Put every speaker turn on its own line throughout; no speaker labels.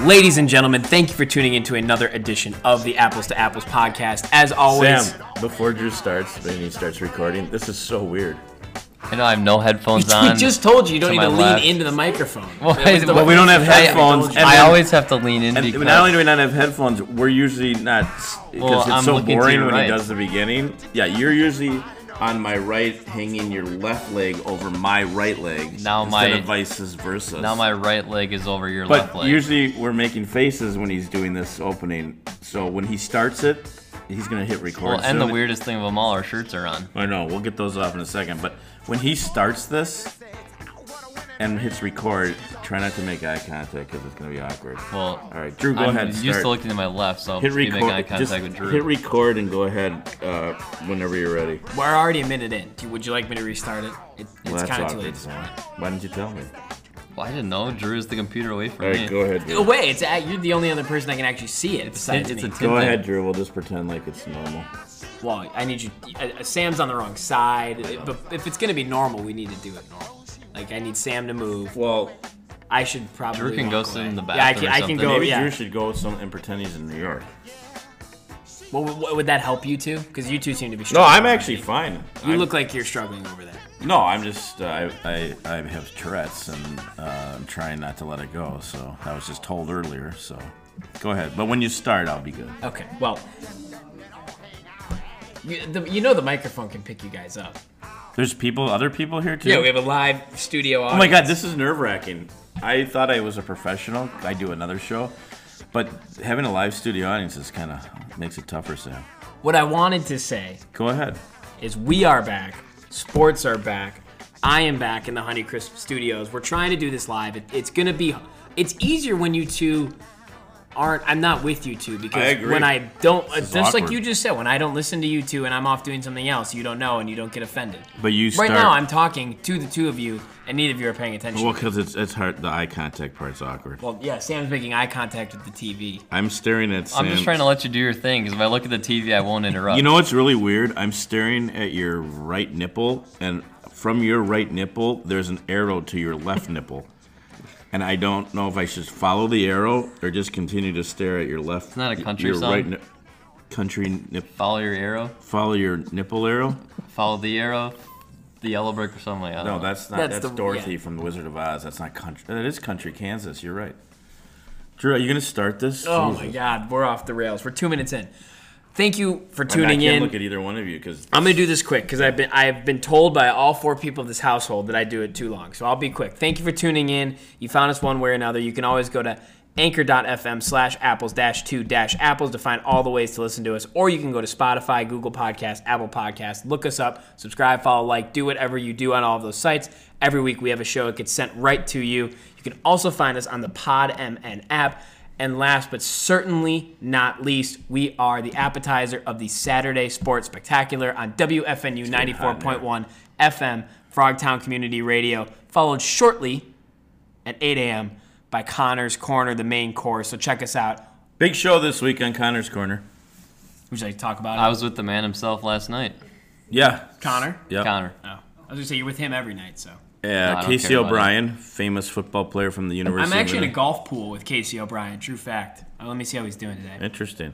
Ladies and gentlemen, thank you for tuning in to another edition of the Apples to Apples podcast. As always,
Sam, before Drew starts, then he starts recording. This is so weird.
I know I have no headphones
we
on.
just told you you don't
to
need
my
to lean
left.
into the microphone.
Well,
That was
I-
the-
well,
we don't have
I told
headphones,
you.
and-
I always have to lean in
And
because
not only do we not have headphones, we're usually not because
Well,
it's
I'm
so
looking to
boring
your
when he
right.
does the beginning. Yeah, you're usually on my right, hanging your left leg over my right leg.
Now
instead
my-
of vice versa.
now my right leg is over your
But
left leg.
usually we're making faces when he's doing this opening. So when he starts it, he's gonna hit record.
well, and the
soon.
weirdest thing of them all, our shirts are on.
I know. We'll get those off in a second. But when he starts this and hits record, try not to make eye contact because it's gonna be awkward.
Well,
All right, Drew, go
I'm
ahead.
used
Start.
to looking to my left, so I'm
hit
just gonna make eye
record. Just
contact with Drew.
hit record and go ahead uh, whenever you're ready.
We're already a minute in. Do- Would you like me to restart it? it
Well,
it's
that's
kind of too
awkward,
late.
Sam. Why didn't you tell me?
well, I didn't know. Drew is the computer away from
All
me.
right, go ahead.
Oh,
Drew.
wait, it's at, you're the only other person that can actually see it besides
it's
me.
a t-
Go ahead, Drew. We'll just pretend like it's normal.
well, I need you. Uh, uh, Sam's on the wrong side. It- But if it's gonna be normal, we need to do it normal. Like I need Sam to move.
Well,
I should probably.
Drew can
walk
go sit in
away. Yeah,
the
I
bathroom
can,
or
I can
something.
go.
maybe
yeah.
Drew should go with some and pretend he's in New York.
Well, w- w- would that help you two? Because you two seem to be.
No,
Struggling
I'm actually fine.
You
I'm-
look like you're struggling over there.
No, I'm just uh, I, I I have Tourette's and uh, I'm trying not to let it go. So I was just told earlier. So go ahead. But when you start, I'll be good.
Okay. Well. You, the, you know the microphone can pick you guys up.
There's people, other people here too.
Yeah, we have a live studio audience.
oh my God, this is nerve wracking. I thought I was a professional. I do another show, but having a live studio audience is kind of makes it tougher. Sam,
What I wanted to say
go ahead.
is we are back. Sports are back. I am back in the Honeycrisp studios. We're trying to do this live. It, it's gonna be. It's easier when you two aren't. I'm not with you two because
I agree.
when I don't,
is
just like
awkward.
you just said, when I don't listen to you two and I'm off doing something else, you don't know and you don't get offended.
But you
right
start
now, I'm talking to the two of you, and neither of you are paying attention.
well because it's it's hard. The eye contact part's awkward.
Well, yeah, Sam's making eye contact with the TV.
I'm staring at. Sam.
I'm just trying to let you do your thing because if I look at the TV, I won't interrupt.
You know what's really weird? I'm staring at your right nipple, and from your right nipple, there's an arrow to your left nipple. And I don't know if I should follow the arrow or just continue to stare at your left. It's
not a country
your
song?
Right ni- country nip.
follow your arrow,
Follow your nipple arrow.
follow the arrow, the yellow brick or something like that.
No, that's not.
That's
That's,
the-
Dorothy
yeah.
from The Wizard of Oz. That's not country. That is country Kansas. You're right. Drew, are you gonna start this?
Oh
Jesus.
my God, we're off the rails. We're two minutes in. Thank you for
I mean,
tuning
I can't
in.
Look at either one of you because
I'm gonna do this quick because I've been I've been told by all four people of this household that I do it too long. So I'll be quick. Thank you for tuning in. You found us one way or another. You can always go to anchor.fm slash apples dash two dash apples to find all the ways to listen to us or you can go to spotify google podcast apple podcast look us up subscribe follow like do whatever you do on all of those sites every week we have a show it gets sent right to you you can also find us on the pod mn app and last but certainly not least, we are the appetizer of the Saturday Sports Spectacular on WFNU
getting hot in here.
94.1 FM, Frogtown Community Radio, followed shortly at 8 a.m. by Connor's Corner, the main course. So check us out.
big show this week on Connor's Corner.
Would you like to talk about it?
I was with the man himself last night,
Yeah,
Connor?
Yeah.
Connor.
Oh. I was going to say, you're with him every night, so.
Yeah,
No, I don't
Casey
care about
O'Brien, famous football player from the University.
I'm actually
of
in a golf pool with Casey O'Brien. True fact. Uh, let me see how he's doing today.
interesting.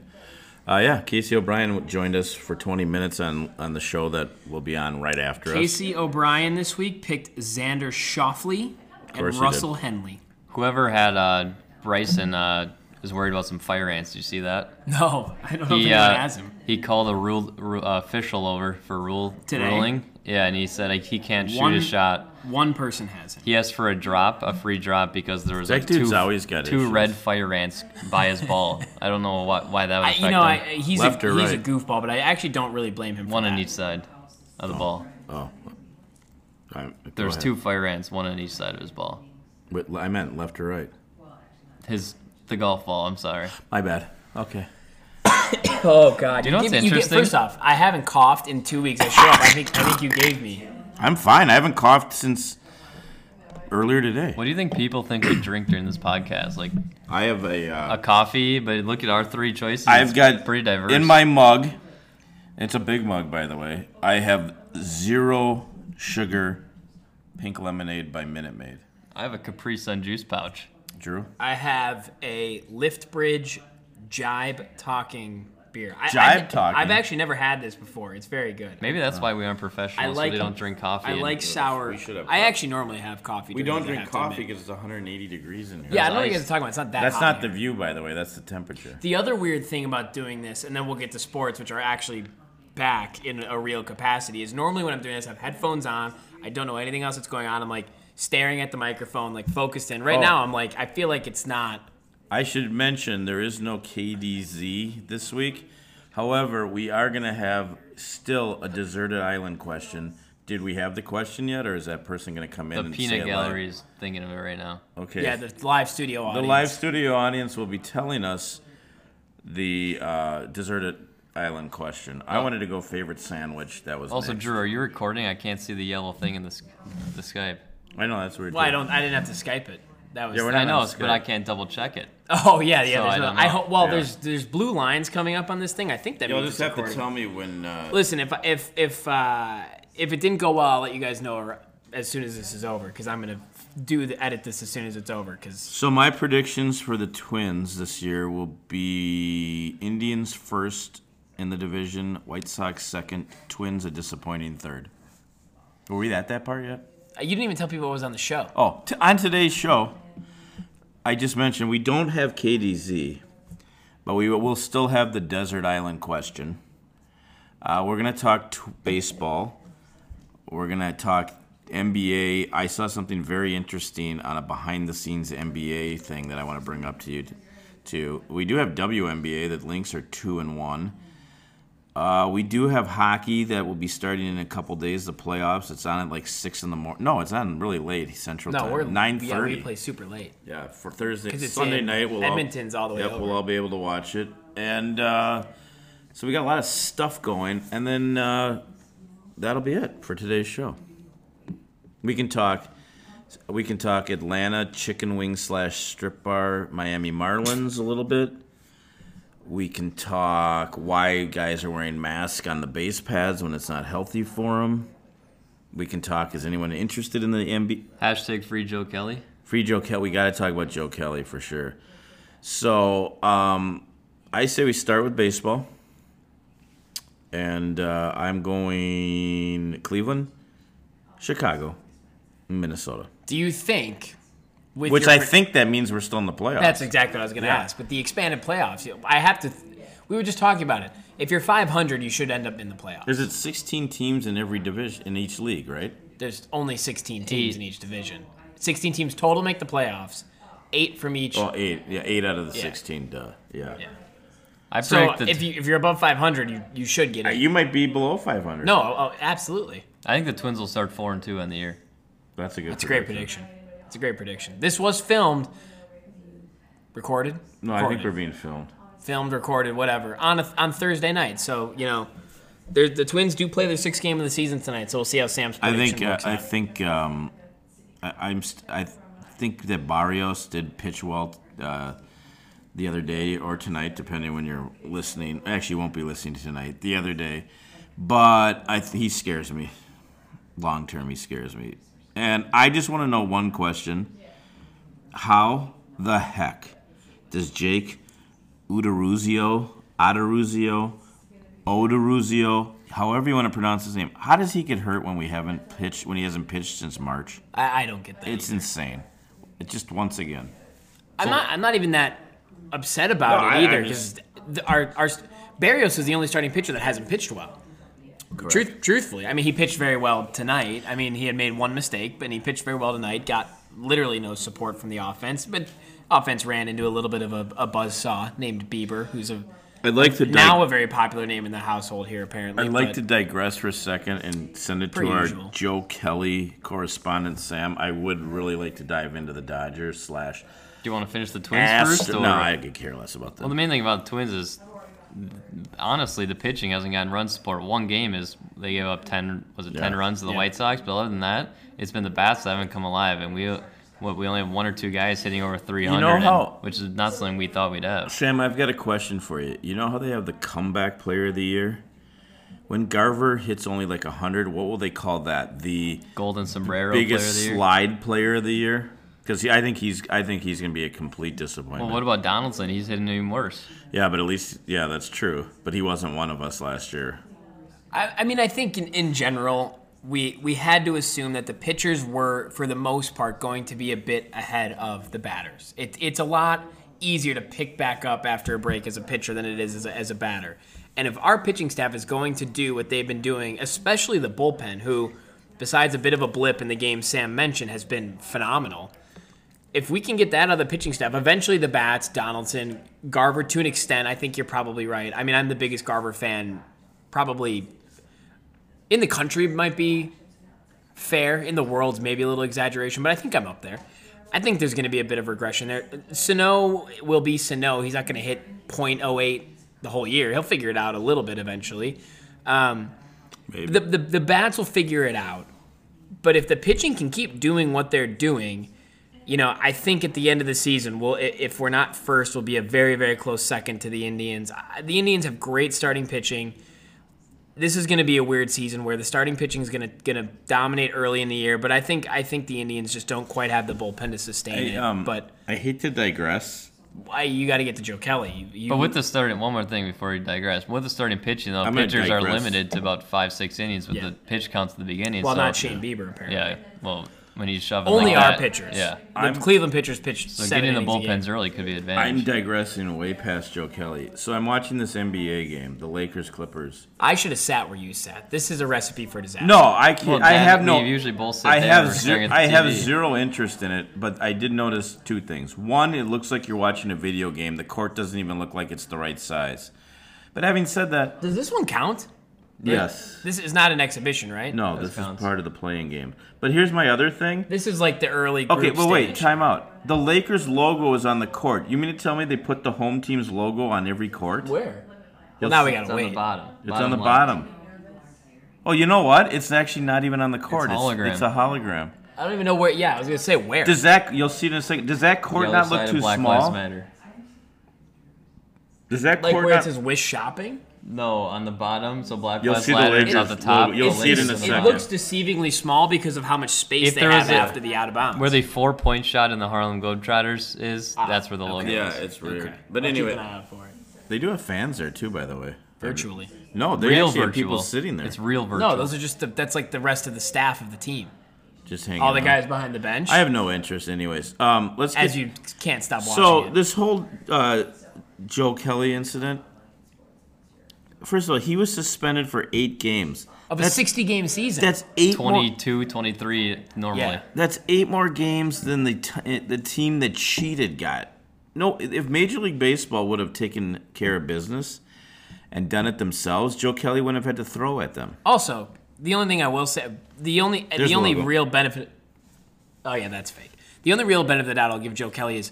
Uh, yeah, Casey O'Brien joined us for 20 minutes on on the show that will be on right after us.
Casey O'Brien this week picked Xander Shoffley and
course he did.
Russell Henley.
Whoever had uh, Bryson uh, was worried about some fire ants. Did you see that?
No, Oh, I don't know if
he,
anyone
uh,
has him.
he called a rule, ru- uh, official over for rule
Today?
ruling. Yeah, and he said like, he can't shoot
One-
a shot.
One person has him.
He asked for a drop, a free drop, because there was
That
like
dude's
two,
always got
two
issues.
red fire ants by his ball. I don't know why, why that would
I,
affect
you know, I,
him.
he's
Left
a,
or
he's a
right?
goofball, but I actually don't really blame him. For
one on
that.
each side of the ball.
Oh, All right, go
There was
ahead.
two fire ants, one on each side of his ball.
Wait, I meant left or right.
His the golf ball. I'm sorry.
My bad. Okay.
Oh God!
You know
give-
what's
get-
interesting?
first off, I haven't coughed in two weeks. I show up. I think I think you gave me.
I'm fine. I haven't coughed since earlier today.
What do you think people think we drink during this podcast? Like
I have a. Uh,
a coffee, but look at our three choices.
I've
It's
got
pretty diverse.
in my mug. It's a big mug, by the way. I have zero sugar pink lemonade by Minute Maid.
I have a Capri Sun juice pouch.
Drew?
I have a lift bridge jibe talking beer. I,
Jibe
I-
talking?
I've actually never had this before. It's very good.
Maybe that's why we aren't
I
professionals.
like.
so we don't drink coffee.
I
and-
like sour.
We should have
I
coffee.
actually normally have coffee.
We
during
don't
the day, I
drink
have to
coffee
admit.
because it's 180 degrees in here.
Yeah, I don't
There's
think
ice.
it's talking about. It's not that.
That's
hot
not
in
the
here.
view, by the way. That's the temperature.
The other weird thing about doing this, and then we'll get to sports, which are actually back in a real capacity, is normally when I'm doing this, I have headphones on. I don't know anything else that's going on. I'm like staring at the microphone, like focused in. Right
Oh.
now, I'm like, I feel like it's not.
I should mention there is no KDZ this week. However, we are going to have still a deserted island question. Did we have the question yet, or is that person going to come in
The
and say
peanut
it live?
gallery is thinking of it right now.
Okay.
Yeah, the live studio
the
audience.
live studio audience will be telling us the uh, deserted island question. I wanted to go favorite sandwich. That was
Oh. Also,
next.
Drew, are you recording? I can't see the yellow thing in the, Sk- the Skype.
I know that's weird.
Well, I
too.
don't. I didn't have to Skype it. That was.
Yeah, we're
I
not
know,
on
it's- but
Skype.
I can't double check it.
oh yeah, yeah.
So
there's
I
no-
don't
I
know.
hope. Well,
Yeah.
there's there's blue lines coming up on this thing. I think that
You'll
means
just
it's
have to
recording.
tell me when. Uh,
Listen, if if if uh, if it didn't go well, I'll let you guys know ar- as soon as this is over because I'm gonna do the edit this as soon as it's over because
so my predictions for the Twins this year will be Indians first in the division, White Sox second, Twins a disappointing third. Were we at that part yet?
you didn't even tell people what was on the show.
Oh, t- on today's show, I just mentioned we don't have KDZ, but we will still have the desert island question. Uh, we're gonna talk t- baseball. We're gonna talk NBA. I saw something very interesting on a behind-the-scenes NBA thing that I want to bring up to you. T- too. we do have WNBA that links are two and one. Uh, we do have hockey that will be starting in a couple days. The playoffs. It's on at like six in the morning. No, it's on really late Central
No,
Time.
we're
nine
Yeah,
thirty.
we play super late.
Yeah, for Thursday,
'Cause it's
Sunday
in
night. We'll
Edmonton's all the way
Yep,
over.
we'll all be able to watch it, and uh, so we got a lot of stuff going, and then uh, that'll be it for today's show. We can talk. We can talk Atlanta chicken wing slash strip bar, Miami Marlins a little bit. We can talk why guys are wearing masks on the base pads when it's not healthy for them. We can talk. Is anyone interested in the MB?
Hashtag free Joe Kelly.
Free Joe Kelly. We got to talk about Joe Kelly for sure. So um, I say we start with baseball, and uh, I'm going Cleveland, Chicago, Minnesota.
Do you think? With
Which
your
I
pre-
think that means we're still in the playoffs.
That's exactly what I was going to
Yeah.
ask. But the expanded playoffs, you- I have to. We were just talking about it. If you're 500, you should end up in the playoffs.
There's it 16 teams in every division in each league, right?
There's only 16 teams in each division. 16 teams total make the playoffs. Eight from each.
Oh, eight. Yeah, eight out of the
Yeah.
16. Duh. Yeah.
Yeah.
I
so
predict that.
if you if you're above 500, you you should get
Uh,
it.
You might be below 500.
No, oh, absolutely.
I think the Twins will start four and two on the year.
That's a good.
It's a great prediction. It's a great prediction. This was filmed, recorded.
No, I think
recorded.
we're being filmed.
filmed, recorded, whatever, on a, on Thursday night. So you know, there- the Twins do play their sixth game of the season tonight. So we'll see how Sam's
I
prediction
think uh,
works
I
out.
think um, I, I'm st- I think that Barrios did pitch well uh, the other day or tonight, depending when you're listening. Actually, you won't be listening tonight. The other day, but I th- he scares me. Long term, he scares me. And I just want to know one question: How the heck does Jake Udaruzio, Adaruzio, Odaruzio, however you want to pronounce his name, how does he get hurt when we haven't pitched when he hasn't pitched since March?
I, I don't get that.
It's insane. It just once again.
I'm not I'm not even that upset about
No,
it
I-
either
I
because
just-
our our Barrios is the only starting pitcher that hasn't pitched well. Truth, truthfully, I mean, he pitched very well tonight. I mean, he had made one mistake, but he pitched very well tonight. Got literally no support from the offense, but offense ran into a little bit of a, a buzzsaw named Bieber, who's a
I'd like to
now a very popular name in the household here, apparently.
I'd like
but-
to digress for a second and send it
Per
to our
usual.
Joe Kelly correspondent Sam. I would really like to dive into the Dodgers slash.
Do you want to finish the Twins first?
Astro-
Or?
no, I could care less about that.
Well, the main thing about the Twins is, honestly, the pitching hasn't gotten run support. One game is they gave up ten, was it ten
Yeah.
runs to the
Yeah.
White Sox? But other than that, it's been the bats that haven't come alive, and we, what, we only have one or two guys hitting over three hundred,
how-
which is not something we thought we'd have.
Sam, I've got a question for you. You know how they have the comeback player of the year? When Garver hits only like 100, what will they call that? The
Golden sombrero player of
biggest
the year.
slide player of the year? Because I think he's I think he's gonna be a complete disappointment.
Well, what about Donaldson? He's hitting even worse.
yeah, but at least yeah, that's true. But he wasn't one of us last year.
I, I mean, I think in, in general, we we had to assume that the pitchers were, for the most part, going to be a bit ahead of the batters. It, it's a lot easier to pick back up after a break as a pitcher than it is as a, as a batter. And if our pitching staff is going to do what they've been doing, especially the bullpen, who, besides a bit of a blip in the game Sam mentioned, has been phenomenal if we can get that out of the pitching staff, eventually the bats, Donaldson, Garver to an extent, I think you're probably right. I mean, I'm the biggest Garver fan probably in the country might be fair. In the world's maybe a little exaggeration, but I think I'm up there. I think there's going to be a bit of regression there. Sano will be Sano. He's not going to hit .08 the whole year. He'll figure it out a little bit eventually. Um,
Maybe.
the, the, the bats will figure it out. But if the pitching can keep doing what they're doing, you know, I think at the end of the season, we'll, i- if we're not first, we'll be a very, very close second to the Indians. I- The Indians have great starting pitching. This is going to be a weird season where the starting pitching is going to going to dominate early in the year, but I think I think the Indians just don't quite have the bullpen to sustain
Hey,
it.
um,
but
I hate to digress.
why you got to get to Joe Kelly? You, you,
But with the starting, one more thing before we digress. With the starting pitching, though,
I'm gonna
pitchers are
digress.
limited to about five, six innings with
Yeah.
the pitch counts at the beginning.
well,
so,
not Shane Bieber apparently.
Yeah, well, when you shove it
Only
like
our
that,
pitchers.
Yeah.
the
I'm-
Cleveland pitchers pitched.
So
seven
getting the
innings a game.
bullpens early could be an
I'm
advantage.
digressing way past Joe Kelly. So I'm watching this NBA game, the Lakers Clippers.
I should have sat where you sat. This is a recipe for disaster.
No, I can't.
Well,
I
Dan,
have no.
we usually both sit
I
there
have
and we're
zero.
staring at the
I have
TV.
zero interest in it, but I did notice two things. One, it looks like you're watching a video game. The court doesn't even look like it's the right size. But having said that,
Does this one count?
yes,
This is not an exhibition, right?
no, this
counts.
is part of the playing game. But here's my other thing.
This is like the early. Group
Okay, well, wait,
stage.
time out. The Lakers logo is on the court. You mean to tell me they put the home team's logo on every court?
Where? Well,
You'll
now we
see-
It's
gotta
on the
wait.
bottom.
It's on the
left.
bottom. Oh, you know what? It's actually not even on the court. It's,
hologram.
it's a hologram.
I don't even know where. Yeah, I was gonna say where.
Does that? You'll see it in a second. Does that
The
court
other
not
side
look
of
too
Black Lives
small?
Matter.
Does that
like
court
where it
not?
says wish shopping.
No, on the bottom. So Black
You'll
Lives
see the
Matter is
Lakers
at the top.
logo. You'll
the
see it in a
Lakers is
second.
on
It
the
looks deceivingly small because of how much space
If
they
there
have
is a-
after the out of bounds.
bottom. Where the four-point shot in the Harlem Globetrotters is, that's where the logo
Yeah,
is.
it's weird.
Okay.
But
I'll keep an
anyway,
eye out for it.
they do have fans there too, by the way.
Virtually.
No, they
Real
actually
virtual.
have people sitting there.
It's real virtual.
No, those are just the. That's like the rest of the staff of the team.
just hanging.
All the
out.
guys behind the bench.
I have no interest, anyways. Um, let's
as
get,
you can't stop watching.
So
it.
this whole uh, Joe Kelly incident. First of all, he was suspended for eight games.
of a
that's,
60 game season.
that's eight. more-
22, 23 normally.
Yeah.
That's eight more games than the t- eh, the team that cheated got. No, if Major League Baseball would have taken care of business and done it themselves, Joe Kelly wouldn't have had to throw at them.
Also, the only thing I will say, the only
There's
the only
logo.
real benefit. Oh yeah, that's fake. The only real benefit that I'll give Joe Kelly is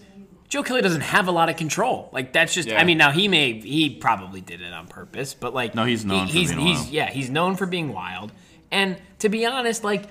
Joe Kelly doesn't have a lot of control. Like that's just. I
Yeah.
mean, now he may he probably did it on purpose, but like
No, he's known for
he's
being
he's
wild.
yeah he's known for being wild. And to be honest, like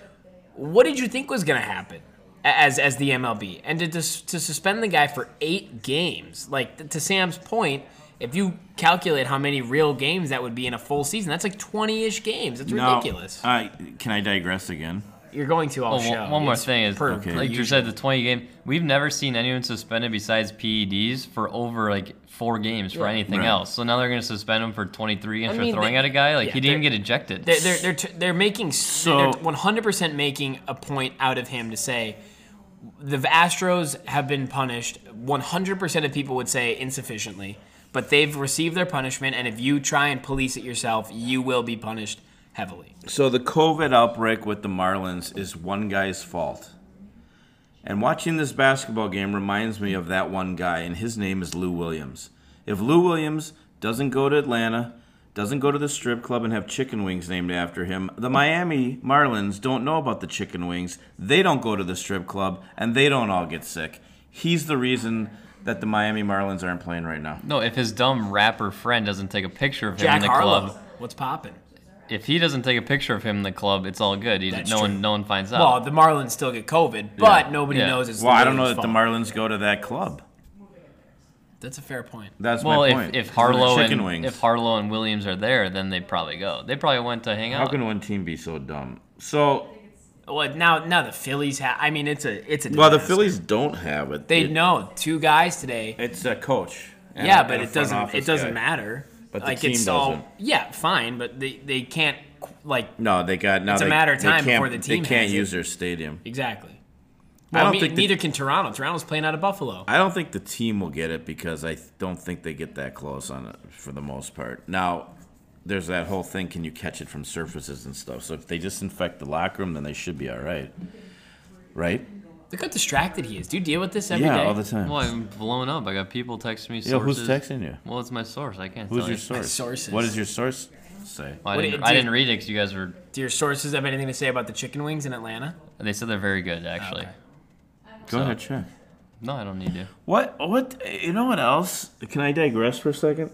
what did you think was gonna happen? a- As, as the MLB and to, dis- to suspend the guy for eight games, like th- to Sam's point, if you calculate how many real games that would be in a full season, that's like twenty ish games. That's
Now,
ridiculous.
I- can I digress again?
You're going to all
Uh, Oh,
show.
one, one more
It's
thing is,
per-
Okay.
per
like you
usual.
said, the 20 game. We've never seen anyone suspended besides PEDs for over like four games for anything
Right.
else. So now they're going to suspend him for 23 and
I
for
mean,
throwing
they-
at a guy. Like
yeah,
he didn't
they're-
even get ejected.
they're they're they're, t- they're making so
So-
100 percent making a point out of him to say the Astros have been punished. 100 percent of people would say insufficiently, but they've received their punishment, and if you try and police it yourself, you will be punished heavily.
So the COVID outbreak with the Marlins is one guy's fault. And watching this basketball game reminds me of that one guy, and his name is Lou Williams. If Lou Williams doesn't go to Atlanta, doesn't go to the strip club and have chicken wings named after him, the Miami Marlins don't know about the chicken wings. They don't go to the strip club, and they don't all get sick. He's the reason that the Miami Marlins aren't playing right now.
no, if his dumb rapper friend doesn't take a picture of him
Jack
in the
Harlow,
club,
what's popping?
if he doesn't take a picture of him in the club, it's all good. He, no
That's true.
one, no one finds out.
Well, the Marlins still get COVID, but nobody
Yeah.
knows it's.
Oh. Well,
the
I don't know
Marlins'
that the
fault.
Marlins go to that club.
That's a fair point.
That's
Well,
my
if,
point.
if Harlow
chicken
and
wings.
if Harlow and Williams are there, then they probably go. They probably went to hang
How
out.
can one team be so dumb? So
Well, now now the Phillies have. I mean, it's a it's a.
Well, the
disaster.
Phillies don't have it.
They
It-
know two guys today.
It's a coach. and
yeah,
a-
but
and a
it
front
doesn't
office
it doesn't
guy.
matter.
But the
like
team
it's all
doesn't.
yeah, fine, but they they can't qu- like
No, they got now.
It's a
they,
matter of
they
time
can't-
before the team
They can't
has it.
use their stadium.
exactly.
I
Well, I
don't
mean,
think the-
neither can Toronto. Toronto's playing out of Buffalo.
I don't think the team will get it because I th- don't think they get that close on it for the most part. Now, there's that whole thing: can you catch it from surfaces and stuff? So if they disinfect the locker room, then they should be all right, right?
Look how distracted he is. Do you deal with this every day?
yeah, all the time.
Well, I'm blown up. I got people texting me.
yeah, who's
sources.
texting you?
Well, it's my source. I can't.
Who's
tell
your
you.
source?
sources.
What does your source say?
Well, I,
What
didn't,
it
I
did-
didn't read it 'cause you guys were.
Do your sources have anything to say about the chicken wings in Atlanta?
They said they're very good, actually.
Okay.
Go ahead, check.
No, I don't need to.
What? What? You know what else? Can I digress for a second?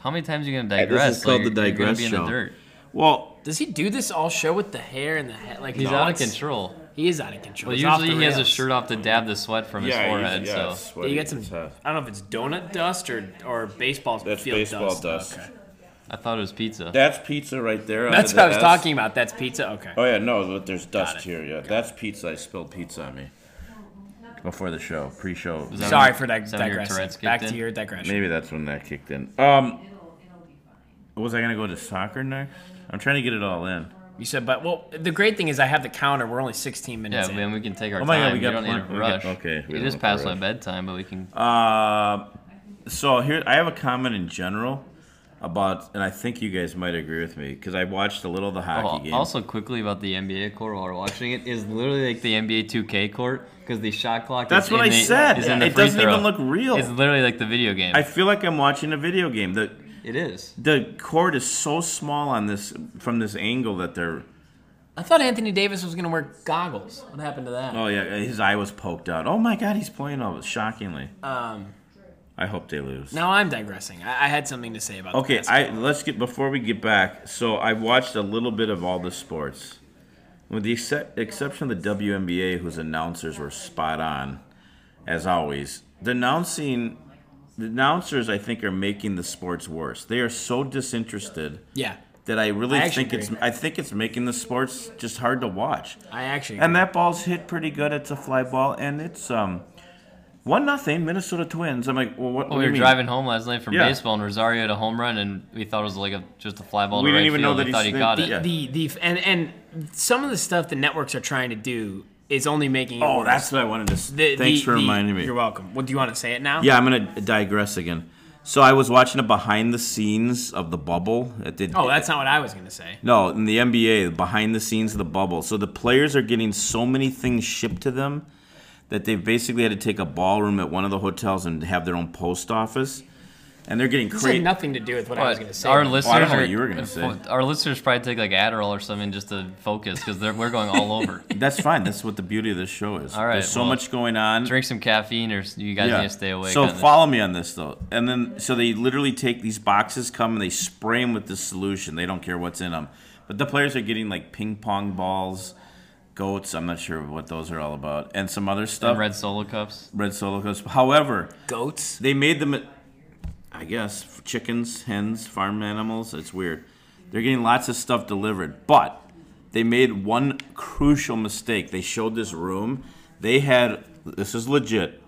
How many times are you gonna
this is
digress?
called
Like,
the
you're- you're gonna
digress
be in
show.
The dirt.
Well,
Does he do this all show with the hair and the head? Like
He's
no,
out of
it's-
control.
He is out of control.
Well,
It's off
usually
the
he has a
rails.
shirt off to dab the sweat from his forehead. so
Yeah, you got some. I don't know if it's donut dust or or baseball
uh, That's
field
baseball
dust.
dust.
Okay.
I thought it was pizza.
That's pizza right there.
That's what
under
I
the
was
S.
talking about. That's pizza. Okay.
Oh yeah, no, but there's dust
it.
here. Yeah, that's pizza. I spilled pizza on me before the show, pre-show.
that-
Sorry for dig-
Is that when your Tourette's
digressing.
kicked
Back to
in?
your digression.
Maybe that's when that kicked in. Um, was I gonna go to soccer next? I'm trying to get it all in.
You said, but well, the great thing is I have the counter. We're only 16
yeah,
minutes in.
man, we can take our
Oh my God,
time.
we
We,
got
don't need
plenty-
to
we got-
rush.
okay, we
It
don't
is
have to
past my
rush.
bedtime, but we can.
Uh, so here I have a comment in general about, and I think you guys might agree with me because I watched a little of the hockey
Oh,
game.
also, quickly about the NBA court while we're watching it is literally like the NBA 2K court because the shot clock.
That's
is
what
in
I
the,
said.
Is in the
It
free
doesn't even
throw.
look real.
It's literally like the video game.
I feel like I'm watching a video game. The
it is.
the court is so small on this from this angle that they're
I thought Anthony Davis was going to wear goggles. What happened to that?
Oh yeah, his eye was poked out. Oh my god, he's playing all shockingly.
Um,
I hope they lose.
now I'm digressing. I, I had something to say about. the
Okay,
basketball.
I let's get before we get back. So I watched a little bit of all the sports, with the excep exception of the WNBA, whose announcers were spot on, as always. The announcing, the announcers, I think, are making the sports worse. They are so disinterested
Yeah,
that I really
I actually
think it's
agree.
I think it's making the sports just hard to watch.
I actually.
And that ball's hit pretty good. It's a fly ball, and it's um one nothing Minnesota Twins. I'm like, well, what? what
Oh,
do
Well, we
you
were
mean?
driving home last night from
Yeah.
baseball, and Rosario had a home run, and we thought it was like a, just a fly ball.
We
to
didn't
right
even know
field.
that
we
he
thought he
sniped
got
it.
it.
Yeah.
the the and and some of the stuff the networks are trying to do is only making. It
Oh,
worse.
that's what I wanted to. s
The-
Thanks
the-
for
the-
reminding me.
You're welcome. Well, do you want to say it now?
Yeah, I'm gonna digress again. So I was watching a behind the scenes of the bubble. It did.
Oh, that's not what I was going to say.
No, in the NBA, the behind the scenes of the bubble. So the players are getting so many things shipped to them that they've basically had to take a ballroom at one of the hotels and have their own post office. And they're getting
This had
crazy.
nothing to do with what I was going to say.
Our
but-
listeners
I don't know
are,
what you were gonna say.
Our listeners probably take like Adderall or something just to focus because we're going all over.
That's fine. That's what the beauty of this show is.
All right,
There's so
well,
much going on.
Drink some caffeine, or s- you guys need to stay awake.
So
on this.
follow me on this though, and then so they literally take these boxes, come and they spray them with this solution. They don't care what's in them, but the players are getting like ping pong balls, goats. I'm not sure what those are all about, and some other stuff.
red solo cups.
red solo cups. However,
goats.
they made them, I guess, chickens, hens, farm animals. It's weird. They're getting lots of stuff delivered, but they made one crucial mistake. They showed this room. They had, this is legit,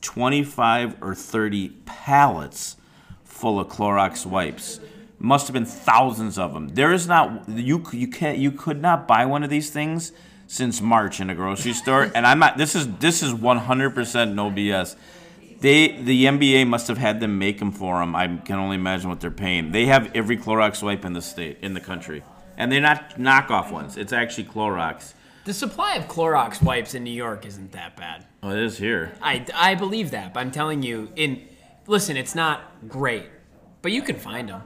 25 or 30 pallets full of Clorox wipes. Must have been thousands of them. There is not you c- you can't you could not buy one of these things since March in a grocery store. And I'm not. This is this is 100% no BS. They the NBA must have had them make them for them. I can only imagine what they're paying. They have every Clorox wipe in the state in the country, and they're not knockoff ones. It's actually Clorox.
The supply of Clorox wipes in New York isn't that bad.
Oh, it is here.
I, I believe that, but I'm telling you, in listen, it's not great, but you can find them.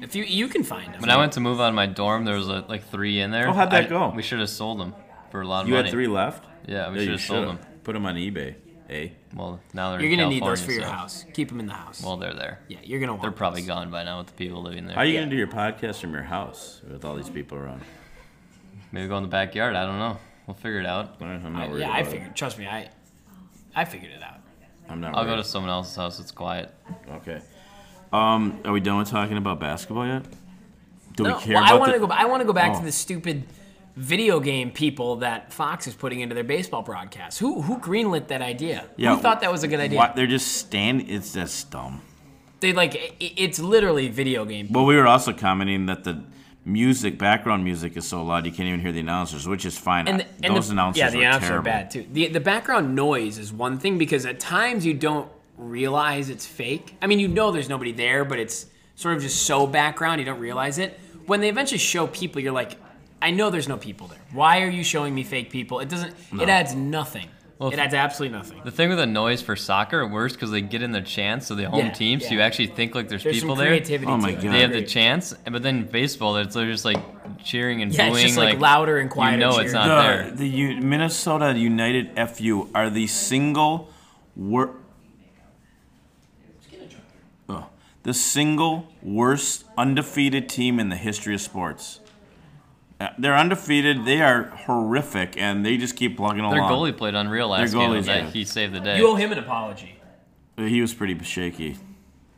If you you can find them.
When I went to move out of my dorm, there was uh like three in there.
Oh, how'd that
I-
go?
We should have sold them for a lot of
You
money.
had three left.
Yeah, we
you
should have sold
should've.
them.
Put them on eBay. Eh?
Well, now they're
you're
in
gonna need those
California,
for your
so-
house. Keep them in the house.
Well, they're there.
yeah, you're gonna. Want
They're probably
those.
gone by now with the people living there.
How are you gonna do your podcast from your house with all these people around?
Maybe go in the backyard. I don't know. We'll figure it out.
All right, I'm
I-
not worried.
yeah, I
about it.
figured. Trust me, I I figured it out.
I'm not.
I'll go
worried.
to someone else's house. It's quiet.
Okay. Um, are we done with talking about basketball yet? Do
No,
we care
well,
about
I want
the-
to go. I want to go back
Oh.
to the stupid video game people that Fox is putting into their baseball broadcasts. Who who greenlit that idea?
Yeah,
who thought that was a good idea?
Why, they're just stand. It's that's dumb.
They like i i- it's literally video game.
Well, we were also commenting that the music, background music, is so loud you can't even hear the announcers, which is fine.
And, the, and
Those
the,
announcers
yeah, the
are
announcers
terrible.
are bad too. The the background noise is one thing because at times you don't realize it's fake. I mean, you know there's nobody there, but it's sort of just so background you don't realize it. When they eventually show people, you're like, I know there's no people there. Why are you showing me fake people? It doesn't. It adds nothing. it
if-
adds absolutely nothing.
The thing with the noise for soccer, worse because they get in the chance of the home
Yeah,
team, so
yeah.
you actually think like there's,
There's
people
some
there.
creativity.
Oh my
to it.
God.
They have
Agreed.
the chance, but then baseball, it's literally just like cheering and
Yeah,
booing,
it's just like, louder and quieter.
You know it's
cheering.
not
The,
there.
the U- Minnesota United FU are the single wor- Ugh. the single worst undefeated team in the history of sports. Uh, They're undefeated. They are horrific, and they just keep plugging
Their
along.
goalie played unreal last
Their
game.
goalie's
that
good.
He saved the day.
You owe him an apology.
He was pretty shaky.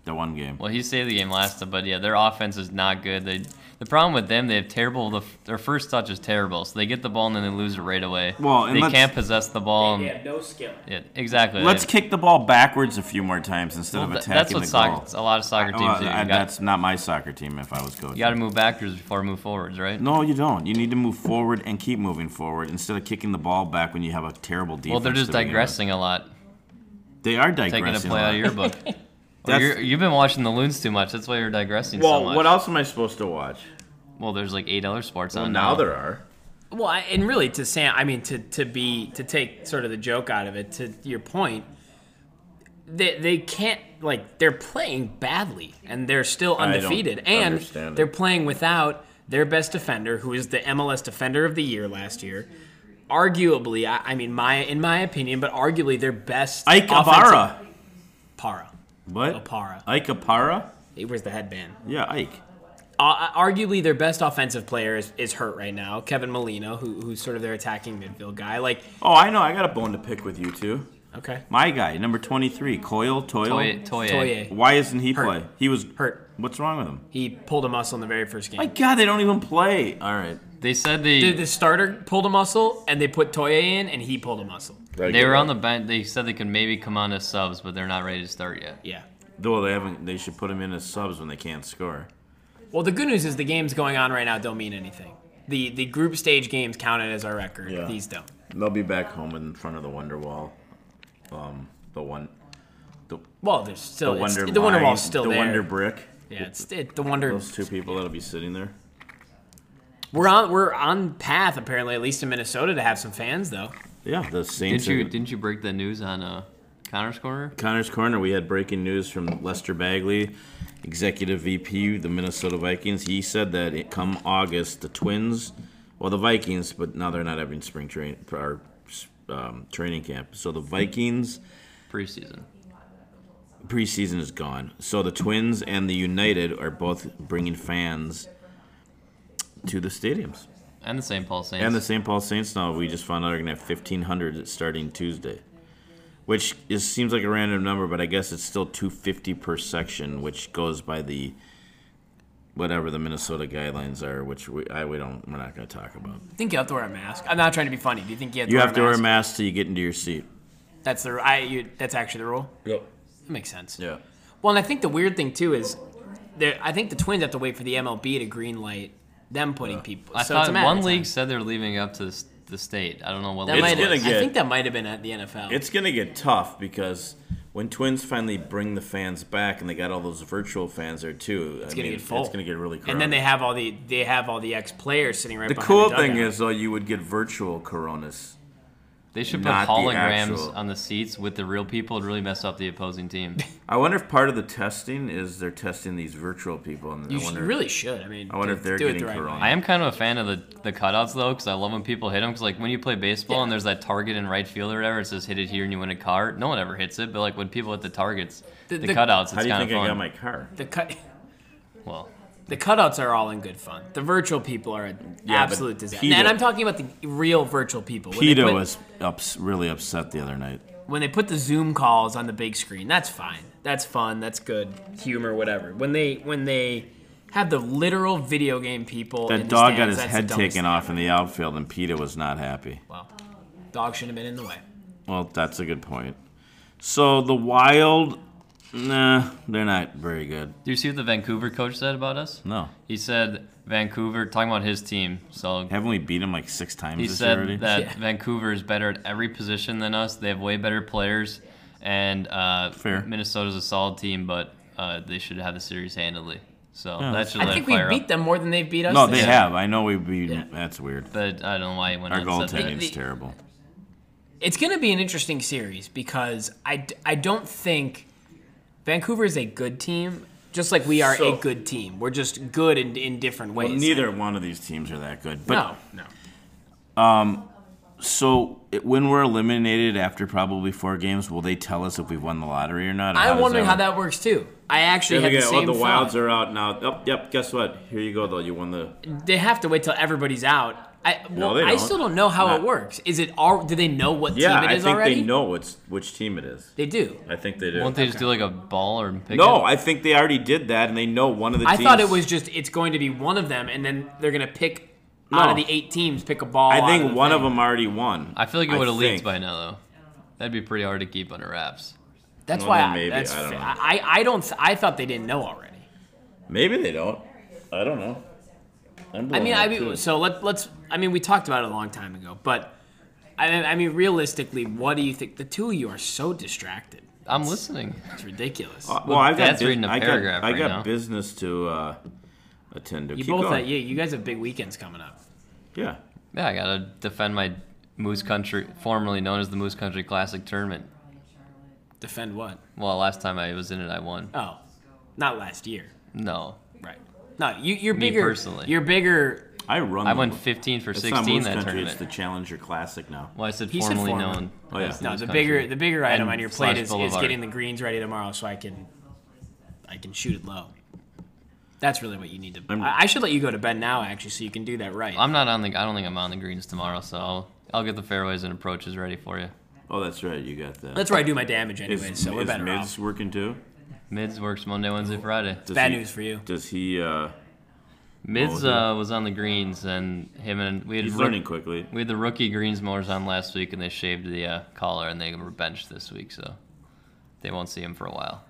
The one game.
Well, he saved the game last time, but yeah, their offense is not good. They the problem with them, they have terrible. The, their first touch is terrible, so they get the ball and then they lose it right away.
Well, and
they
let's-
can't possess the ball. and-
no skill.
yeah, exactly.
Let's
They-
kick the ball backwards a few more times instead
well,
of
th-
attacking
that's what
the
soccer,
goal.
a lot of soccer teams
Well,
do. You
I-
got,
that's not my soccer team. If I was coaching,
you got to move backwards before you move forwards, right?
No, you don't. You need to move forward and keep moving forward instead of kicking the ball back when you have a terrible defense.
well, they're just
to begin with.
digressing a lot,
They are digressing.
taking a play
a lot.
out of your book. Well,
That's-
you're, you've been watching the loons too much. That's why you're digressing
well,
so much.
what else am I supposed to watch?
Well, there's like eight other sports on
now there are.
Well, I- and really, to Sam, I mean, to to be to take sort of the joke out of it. To your point, they they can't like they're playing badly and they're still
I don't
undefeated, and
understand it.
they're playing without their best defender, who is the MLS Defender of the Year last year. Arguably, I, I mean, my in my opinion, but arguably their best.
Ike
offensive-
Apara.
Para.
What?
Apara.
Ike Apara?
He wears the headband.
Yeah, Ike.
Uh, arguably their best offensive player is, is hurt right now, Kevin Molino, who, who's sort of their attacking midfield guy. Like,
Oh, I know. I got a bone to pick with you two.
okay,
My guy, number twenty-three, Coyle Toyle.
Toye, Toye.
Toye
Why isn't he
Hurt.
play? He was
hurt.
What's wrong with him?
He pulled a muscle in the very first game.
My God, they don't even play. All right.
They said they
the, the starter pulled a muscle, and they put Toye in, and he pulled a muscle.
They were on the bench. They said they could maybe come on as subs, but they're not ready to start yet.
Yeah.
Though they haven't. They should put him in as subs when they can't score.
Well, the good news is the games going on right now don't mean anything. The the group stage games counted as our record.
Yeah.
These don't.
They'll be back home in front of the Wonder Wall. Um, the one, the,
Well, there's
the
still it's-
Wonder
the Wonder
Line,
Wall's still
the
there.
Wonder Brick.
yeah, it's it, the Wonder.
Those two people that'll be sitting there.
We're on we're on path apparently, at least in Minnesota, to have some fans though.
Yeah, the Saints.
Didn't you?
and-
Didn't you break the news on uh, Connor's corner?
Connor's corner. We had breaking news from Lester Bagley, executive VP, the Minnesota Vikings. He said that it, come August, the Twins, well, the Vikings, but now they're not having spring train or um, training camp. So the Vikings.
Preseason.
preseason is gone. So the Twins and the United are both bringing fans to the stadiums.
And the St. Paul Saints.
And the St. Paul Saints now we just found out are going to have 1500 starting Tuesday. Which is seems like a random number, but I guess it's still 250 per section, which goes by the whatever the Minnesota guidelines are, which we I we don't we're not going to talk about.
I think you have to wear a mask. I'm not trying to be funny. Do you think you have to,
You
wear, a
have to wear a
mask?
mask till you get into your seat.
That's the I. You, that's actually the rule.
Yep.
That makes sense.
Yeah.
Well, and I think the weird thing too is, there. I think the Twins have to wait for the MLB to green light them putting people.
I
so it's
thought
a matter
one
of
league
time.
said they're leaving up to s- the state. I don't know what
That
league
might
it
gonna
was.
have, I
get-
think that might have been at the NFL.
It's gonna get tough because when Twins finally bring the fans back, and they got all those virtual fans there too, it's
gonna get full.
It's gonna get really crowded.
and then they have all the they have all the ex players sitting right.
the
behind
cool
the
thing
dugout.
is though, you would get virtual coronas.
They should put
Not the
holograms
actual-
on the seats with the real people. It'd really mess up the opposing team.
I wonder if part of the testing is they're testing these virtual people, and
you
I
sh-
wonder.
really should. I mean,
I wonder
do-
if they're
do it
getting
the right
corona.
way.
I am kind of a fan of the, the cutouts though, because I love when people hit them. Because like when you play baseball and there's that target in right field or whatever, it says hit it here and you win a car. No one ever hits it, but like when people hit the targets,
The-
the,
the-
cutouts, it's
How do you
kind of
think I got
fun.
my car?
The cut.
well,
The cutouts are all in good fun. The virtual people are an
Yeah, but
absolute disaster.
Peter-
and I'm talking about the real virtual people. When they
Peter
put-
was ups, really upset the other night.
when they put the Zoom calls on the big screen, that's fine. That's fun. That's good humor, whatever. When they when they have the literal video game people. in
That
the
dog got
stands.
his
That's the
head
dumbest thing.
taken off in the outfield, and PETA was not happy.
Well, dog shouldn't have been in the way.
Well, that's a good point. So the Wild, nah, they're not very good.
Do you see what the Vancouver coach said about us?
No,
He said Vancouver, talking about his team. So
haven't we beat them like six times
he
this
said
year already?
that
Yeah.
Vancouver is better at every position than us. They have way better players, and uh,
Fair.
Minnesota's a solid team, but uh, they should have the series handily. So
Yeah.
that should
I
let
think
it
we
fire
beat
up.
them more than they beat us.
no, they
this year.
have. I know we beat.
Yeah.
That's weird.
But I don't know why he went
Our
on and said that.
The-
goaltending's
the-
terrible.
It's going to be an interesting series because I, d- I don't think Vancouver is a good team, just like we are
So-
a good team. We're just good in, in different ways.
Well, neither one of these teams are that good. But
No, no.
so it- when we're eliminated after probably four games, will they tell us if we've won the lottery or not? Or
I'm
does
wondering how
work?
that works too. I actually
There
had
we
the
go.
same
oh, the
thought.
Wilds are out now. Oh, yep. Guess what? Here you go, though. You won the.
They have to wait till everybody's out. I, well,
they
I
don't.
still don't know how
Not-
it works. Is it all? Do they know what
Yeah,
team it
I
is
think
already?
they know it's which team it is.
They do.
I think they do.
Won't they just do like a ball or pick
no, I think they already did that, and they know one of the.
I
teams.
thought it was just it's going to be one of them, and then they're going to pick out of
No.
the eight teams, pick a ball.
I
out
think
the
one of
thing.
them already won.
I feel like it
I
would have leaked
think.
by now though. That'd be pretty hard to keep under wraps.
That's
Well,
why.
then
I,
maybe,
that's
I don't
fa-
know.
I, I don't. th- I thought they didn't know already.
Maybe they don't. I don't know. I'm
I mean,
blowing
I
up,
mean,
too.
so let, let's. I mean, we talked about it a long time ago, but I, I mean, realistically, what do you think? The two of you are so distracted.
I'm listening.
It's ridiculous.
Uh, well, I've got,
Dad's
bus-
reading a
I got-
paragraph
I
right
got
now.
business to uh, attend to.
you
Keep
both.
going.
Have, yeah, you guys have big weekends coming up.
yeah.
Yeah, I gotta defend my Moose Country, formerly known as the Moose Country Classic tournament.
Defend what?
Well, last time I was in it, I won.
Oh, not last year,
No,
right? No, you, you're
Me
bigger.
personally.
you're bigger.
I run.
I
the-
won 15 for
It's
16
not Moose
that
Country.
tournament.
It's the Challenger Classic now.
well, I said
He said
formerly
former.
known.
Oh, yeah.
as
No,
Moose
the
Country.
bigger the bigger item
And
on your plate
slash
is, is
Boulevard.
getting the greens ready tomorrow, so I can I can shoot it low. That's really what you need to.
I'm-
I, I should let you go to bed now, actually, so you can do that right.
I'm not on the. I don't think I'm on the greens tomorrow, so I'll, I'll get the fairways and approaches ready for you.
Oh, that's right. You got that.
That's where I do my damage, anyways.
Is,
so we're
is
better
Mids
off.
working too?
Mids works Monday, Wednesday, Friday.
Does
Bad
he-
news for you.
Does he? Uh,
Mids
Oh, yeah.
uh, was on the greens, and him and we had
he's
rook-
learning quickly.
we had the rookie greens mowers on last week, and they shaved the uh, collar, and they were benched this week, so they won't see him for a while.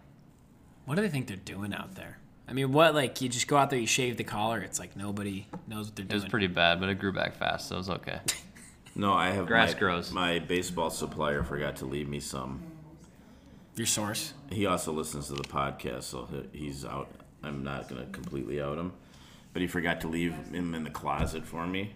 What do they think they're doing out there? I mean, what like you just go out there, you shave the collar. It's like nobody knows what they're
It was
doing.
pretty bad, but it grew back fast, so it was okay.
No, I have
Grass
my,
grows.
My baseball supplier forgot to leave me some.
Your source.
He also listens to the podcast, so he- he's out. I'm not gonna completely out him, but he forgot to leave him in the closet for me.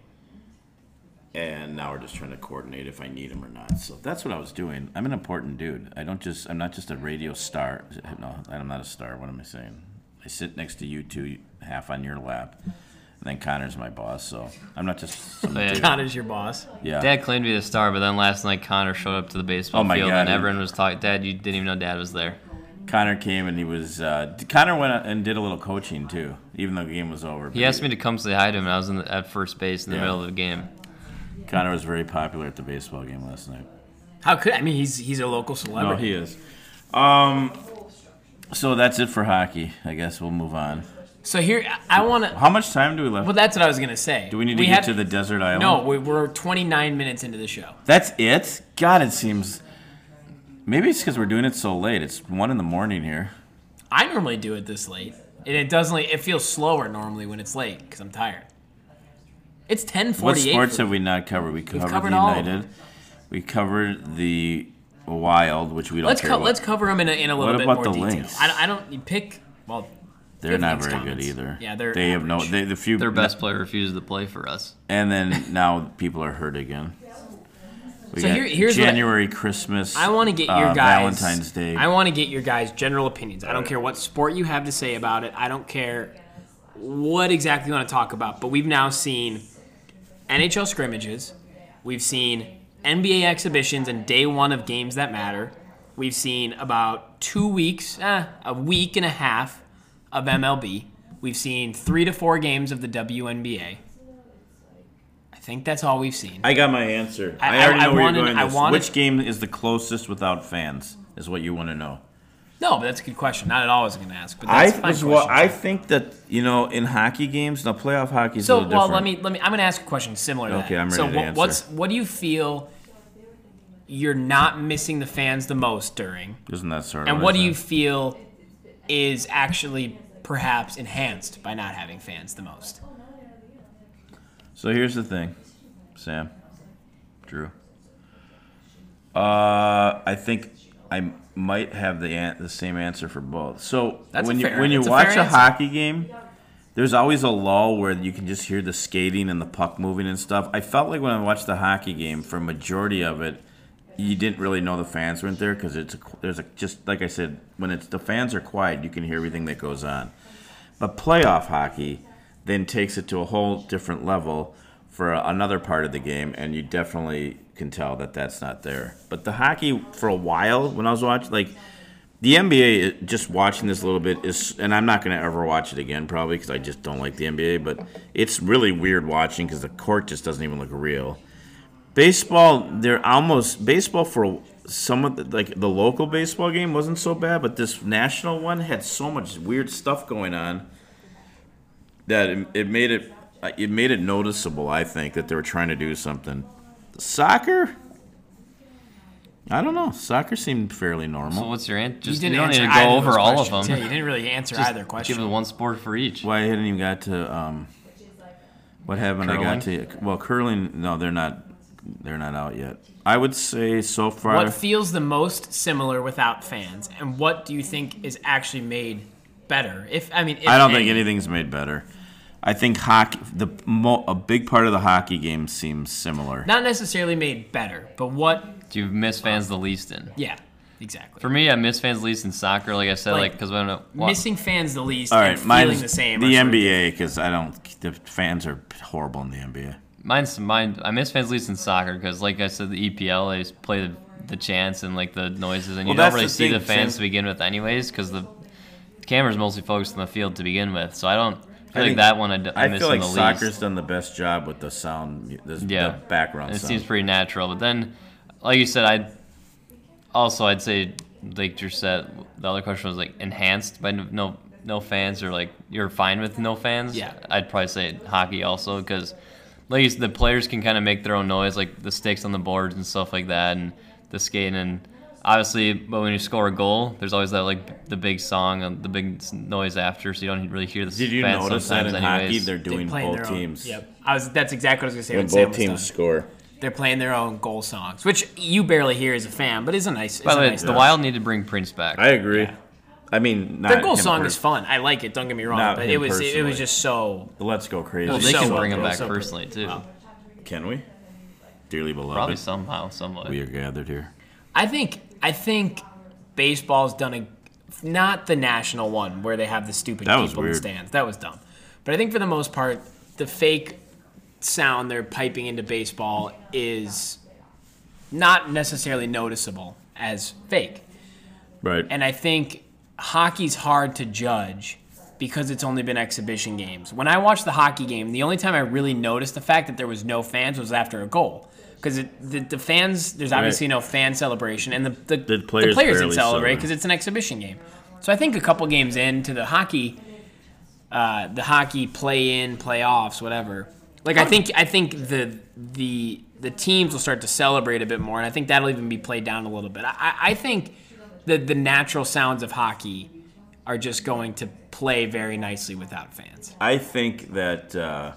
And now we're just trying to coordinate if I need him or not. So that's what I was doing. I'm an important dude. I don't just. I'm not just a radio star. No, I'm not a star. What am I saying? I sit next to you two, half on your lap, and then Connor's my boss. So I'm not just. Some
Yeah.
dude.
God is your boss.
Yeah.
Dad claimed to be the star, but then last night Connor showed up to the baseball
Oh my
field,
God,
and
he-
everyone was talking. Dad, you didn't even know Dad was there.
Connor came and he was. Uh, Connor went out and did a little coaching too, even though the game was over.
He asked me to come say hi to him, and I was in the, at first base in the
Yeah.
middle of the game.
Connor was very popular at the baseball game last night.
How could I mean? He's he's a local
No,
celebrity.
he is. Um, so that's it for hockey. I guess we'll move on.
so here I, I want to.
How much time do we left?
Well, that's what I was gonna say.
do we need to get
have-
to the desert island?
No, we, we're 29 minutes into the show.
That's it. God, it seems. Maybe it's because we're doing it so late. It's one in the morning here.
I normally do it this late, and it doesn't. It feels slower normally when it's late because I'm tired. It's 10:48.
What sports
for-
have we not covered? We covered,
covered
the
all of them.
United. We covered the Wild, which we don't
let's
care
co-
what-
let's cover them in a, in a little
What
bit
about
more
the
detail.
Lynx?
I, don't- I don't you pick. Well,
They're not
Good things,
very good
Thomas.
either.
Yeah, they're
They have no.
average.
They, the few.
Their best player refused to play for us.
And then now people are hurt again. We
So
got
here- here's what I-
January, Christmas.
I want to get your
uh,
guys
Valentine's Day.
I want to get your guys' general opinions. I don't care what sport you have to say about it. I don't care what exactly you want to talk about. But we've now seen NHL scrimmages. We've seen NBA exhibitions and day one of games that matter. We've seen about two weeks, eh, a week and a half of MLB. We've seen three to four games of the WNBA. I think that's all we've seen.
I got my answer.
I-
I, already
I- I
know where
wanted-
you're going.
I
This.
wanted-
Which game is the closest without fans? Is what you want to know.
No, but that's a good question. Not at all. I was going to ask, but
I
that's a fine
was
question.
what I think that you know in hockey games now playoff hockey is a
so
little
well, let
different.
me let me. I'm going to ask a question similar to
Okay,
that.
I'm
so
ready to
what,
answer.
what's what do you feel you're not missing the fans the most during,
Isn't that sort of
and what do
I
you
said?
feel is actually perhaps enhanced by not having fans the most?
So here's the thing, Sam, Drew. Uh, I think I might have the an- the same answer for both. So
That's
when
a
you
fair-
when you
that's a
watch
fair
a,
answer.
hockey game, there's always a lull where you can just hear the skating and the puck moving and stuff. I felt like when I watched the hockey game, for majority of it, you didn't really know the fans weren't there because it's a, qu- there's a just like I said when it's the fans are quiet, you can hear everything that goes on. But playoff hockey then takes it to a whole different level for another part of the game, and you definitely can tell that that's not there. But the hockey for a while when I was watching, like the NBA, i- just watching this a little bit is, and I'm not going to ever watch it again probably because I just don't like the NBA. But it's really weird watching because the court just doesn't even look real. Baseball, they're almost baseball for some of the, like the local baseball game wasn't so bad, but this national one had so much weird stuff going on that it, it made it it made it noticeable. I think that they were trying to do something. Soccer, I don't know. Soccer seemed fairly normal.
So what's your answer? Just
you
you,
didn't
don't need
answer
to
either
go
those
over all of
questions.
them.
Yeah, you didn't really answer
Just
either
Give it
question.
one sport for each.
Why I hadn't even got to um, what haven't I got to? Well, curling. No, they're not. They're not out yet. I would say so far.
What feels the most similar without fans, and what do you think is actually made better? If I mean, if
I don't
any.
think anything's made better. I think hockey. The mo- a big part of the hockey game seems similar.
Not necessarily made better, but what?
Do you miss fans the least in?
Yeah, exactly.
For me, I miss fans the least in soccer. Like I said,
Like,
like because when I wa-
missing fans the least
All
and
right,
feeling
mine's
the same. are
The
sort of-
NBA because I don't. The fans are horrible in the NBA.
mine's mine. I miss fans least in soccer because, like I said, the EPL they just play the, the chants and like the noises, and
Well,
you don't
that's
really
the
see the
thing,
fans
Sam.
to begin with, anyways, because the camera's mostly focused on the field to begin with. So I don't feel like
think-
that one I, d- I
I
miss
feel
in
like
the
soccer's
least.
done the best job with the sound, mu- the,
Yeah,
the background
It
sound.
seems pretty natural, but then, like you said, I also I'd say like your set. The other question was like enhanced by n- no no fans or like you're fine with no fans.
Yeah.
I'd probably say hockey also because like you said, the players can kind of make their own noise, like the sticks on the boards and stuff like that, and the skating and. Obviously, but when you score a goal, there's always that like the big song and the big s- noise after, so you don't really hear the
Did you
fans
notice that
sometimes
in
anyways.
hockey they're doing
playing their
both
own-
teams?
Yep. I was. That's exactly what I was gonna
When
say. When
both
Sam
teams
was done.
score.
They're playing their own goal songs, which you barely hear as a fan, but is a nice.
By the way,
nice
the Wild need to bring Prince back.
I agree. I mean, not
Their goal
him
song
per-
is fun. I like it. Don't get me wrong,
Not
but
him
it was it
personally.
was just so.
The Let's go crazy.
Well, they
So
can
well
bring him
done,
back
so well
personally too.
Can we? Dearly beloved,
Probably somehow, some way.
we are gathered here.
I think I think baseball's done a not the national one where they have the stupid
That was
people in
weird.
stands. That was dumb. But I think for the most part, the fake sound they're piping into baseball is not necessarily noticeable as fake.
Right.
And I think hockey's hard to judge because it's only been exhibition games. When I watched the hockey game, the only time I really noticed the fact that there was no fans was after a goal. Because the, the fans, there's obviously no fan celebration, and the, the, the didn't
players barely
celebrate
celebrate.
because it's an exhibition game. So I think a couple games into the hockey, uh, the hockey play-in playoffs, whatever. Like I think I think the the the teams will start to celebrate a bit more, and I think that'll even be played down a little bit. I- I, I think the the natural sounds of hockey are just going to play very nicely without fans.
I think that uh,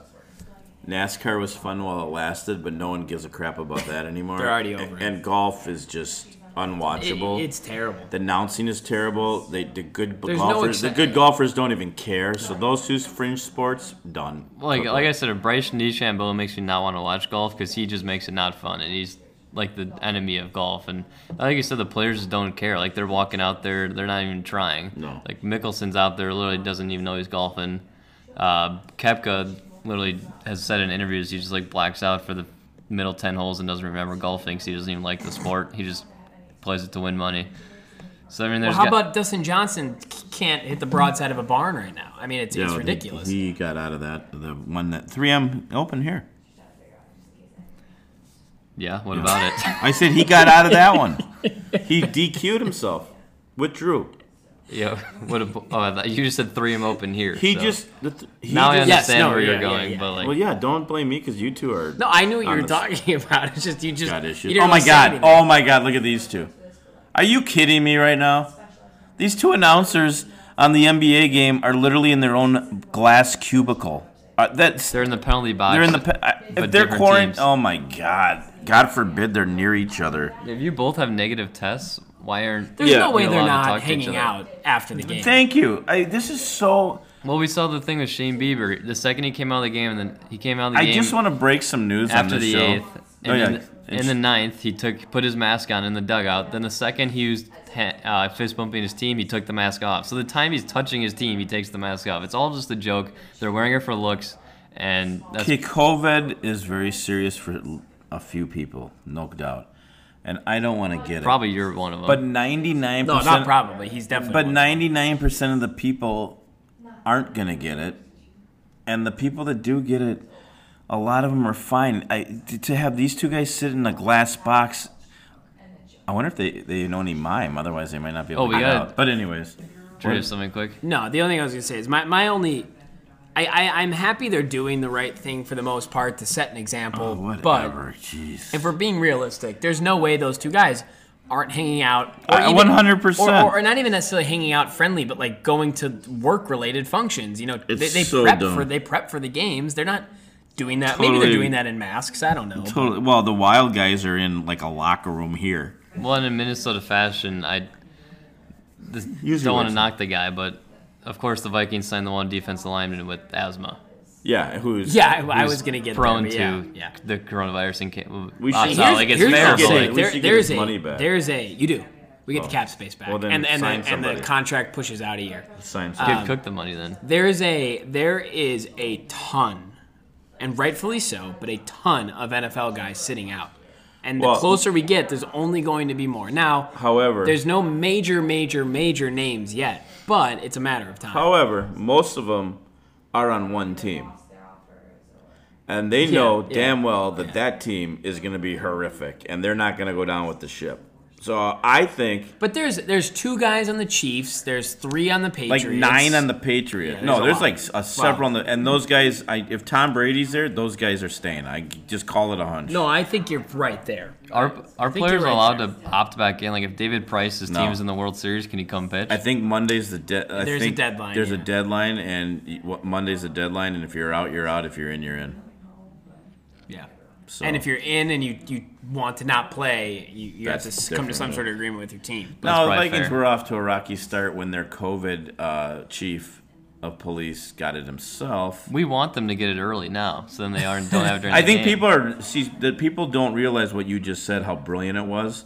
NASCAR was fun while it lasted, but no one gives a crap about that anymore.
They're already
A-
over it.
And, golf is just
It-
unwatchable.
it's terrible.
the announcing is terrible. They the good
no
golfers the
exci-
good golfers don't even care. So those two fringe sports done.
Like, like I said, Bryce DeChambeau makes me not want to watch golf because he just makes it not fun, and he's like the enemy of golf. And like you said, the players just don't care. Like they're walking out there, they're not even trying.
No.
Like Mickelson's out there, literally doesn't even know he's golfing. Uh, Kepka literally has said in interviews he just like blacks out for the middle ten holes and doesn't remember golfing because he doesn't even like the sport. He just plays it to win money. So I mean,
Well,
there's
how
got-
about Dustin Johnson c- can't hit the broadside of a barn right now? I mean, it's,
Yeah,
it's
the-
ridiculous.
He got out of that the one that 3M open here.
yeah. What about it?
I said he got out of that one. he DQ'd himself. Withdrew.
Yeah. What a, bo- oh, I thought- you just said three of 'em open here.
He
so.
just the th- he
now I
just,
Yes,
understand
no,
where
yeah,
you're
yeah,
going,
yeah.
but like
well, yeah. Don't blame me because you two are
No, I knew what you were
Honest.
talking about. It's just you just
got issues.
you didn't
oh my
really say
god!
anything.
Oh my god! Look at these two. Are you kidding me right now? These two announcers on the NBA game are literally in their own glass cubicle. Uh, that's
they're in the penalty box.
They're in the. pa- I-
But
If they're
different
quarant,
teams.
oh my god! God forbid they're near each other.
If you both have negative tests, why aren't
There's
Yeah.
no way
You're
they're
allowed to
not
talk to each
hanging
other.
out after the game.
Thank you. I, this is so.
Well, we saw the thing with Shane Bieber. The second he came out of the game, and then he came out of the
I
game
just want to break some news
after
on this
the
show.
eighth, and
oh yeah.
then in
it's-
the ninth, he took put his mask on in the dugout. Then the second he used ha- uh, fist bumping his team, he took the mask off. So the time he's touching his team, he takes the mask off. It's all just a joke. They're wearing it for looks, and that's
Okay, COVID is very serious for a few people, no doubt, and I don't want to get
probably you're one of them.
it. But 99.
No, not probably. He's definitely.
But
one.
99 percent of the people aren't gonna get it, and the people that do get it, a lot of them are fine. I t- to have these two guys sit in a glass box. I wonder if they they know any mime. Otherwise, they might not be able
Oh,
to
we
get
gotta-
out. But anyways,
Drew, you have something quick.
No, the only thing I was gonna say is my, my only I, I I'm happy they're doing the right thing for the most part to set an example.
Oh, whatever.
But
Jeez.
if we're being realistic, there's no way those two guys aren't hanging out. or
Uh,
even-
100%.
or- Or, or not even necessarily hanging out friendly, but like going to work related functions. You know, they,
It's
they
so
prep
dumb.
for they prep for the games. They're not doing that. Maybe
Totally.
they're doing that in masks. I don't know.
Totally. Well, the wild guys are in like a locker room here.
Well, and in Minnesota fashion, I this,
Usually
don't want
works.
to knock the guy, but of course the Vikings signed the one defense lineman with asthma,
Yeah, who's
Yeah, I, I was gonna get
prone
there, but yeah, yeah.
to the coronavirus and can't.
We
Bob
should-
Sala gets
here's
terrible,
what I'm
get-
saying.
like,
we
There-
should get
there's
his
a
money back.
there's a you do. We get the
Oh.
cap space back,
Well, then
and and the,
sign
and the
somebody.
contract pushes out a year.
Sign
um,
Give Cook the money then.
There is a there is a ton, and rightfully so, but a ton of NFL guys sitting out, and
Well-
the closer we get, there's only going to be more. Now,
However-
there's no major, major, major names yet, but it's a matter of time.
However, most of them are on one team. And they know
yeah,
damn well that that team is going to be horrific and they're not going to go down with the ship. So I think
But there's there's two guys on the Chiefs. There's three on the
like
Patriots.
nine on the Patriots.
Yeah,
no,
there's
there's
a
like
lot.
a several on the and those guys. I, if Tom Brady's there, those guys are staying. I just call it a hunch.
No, I think you're right there.
Our our
think
players
you're
are
right
allowed
there.
to opt back in. Like if David Price's
No.
team is in the World Series, can he come pitch?
I think Monday's the de- I
There's a
think
deadline,
There's a
yeah.
deadline, and y- what- Monday's the deadline. And if you're out, you're out. If you're in, you're in.
Yeah.
So.
And if you're in and you, you want to not play, you, you have to
That's
s- come to some
different.
sort of agreement with your team.
That's
No, the
probably
Vikings
fair.
were off to a rocky start when their COVID uh, chief of police got it himself.
we want them to get it early now, so then they aren't don't have it during.
I
the
think
game.
people are see that people don't realize what you just said, how brilliant it was.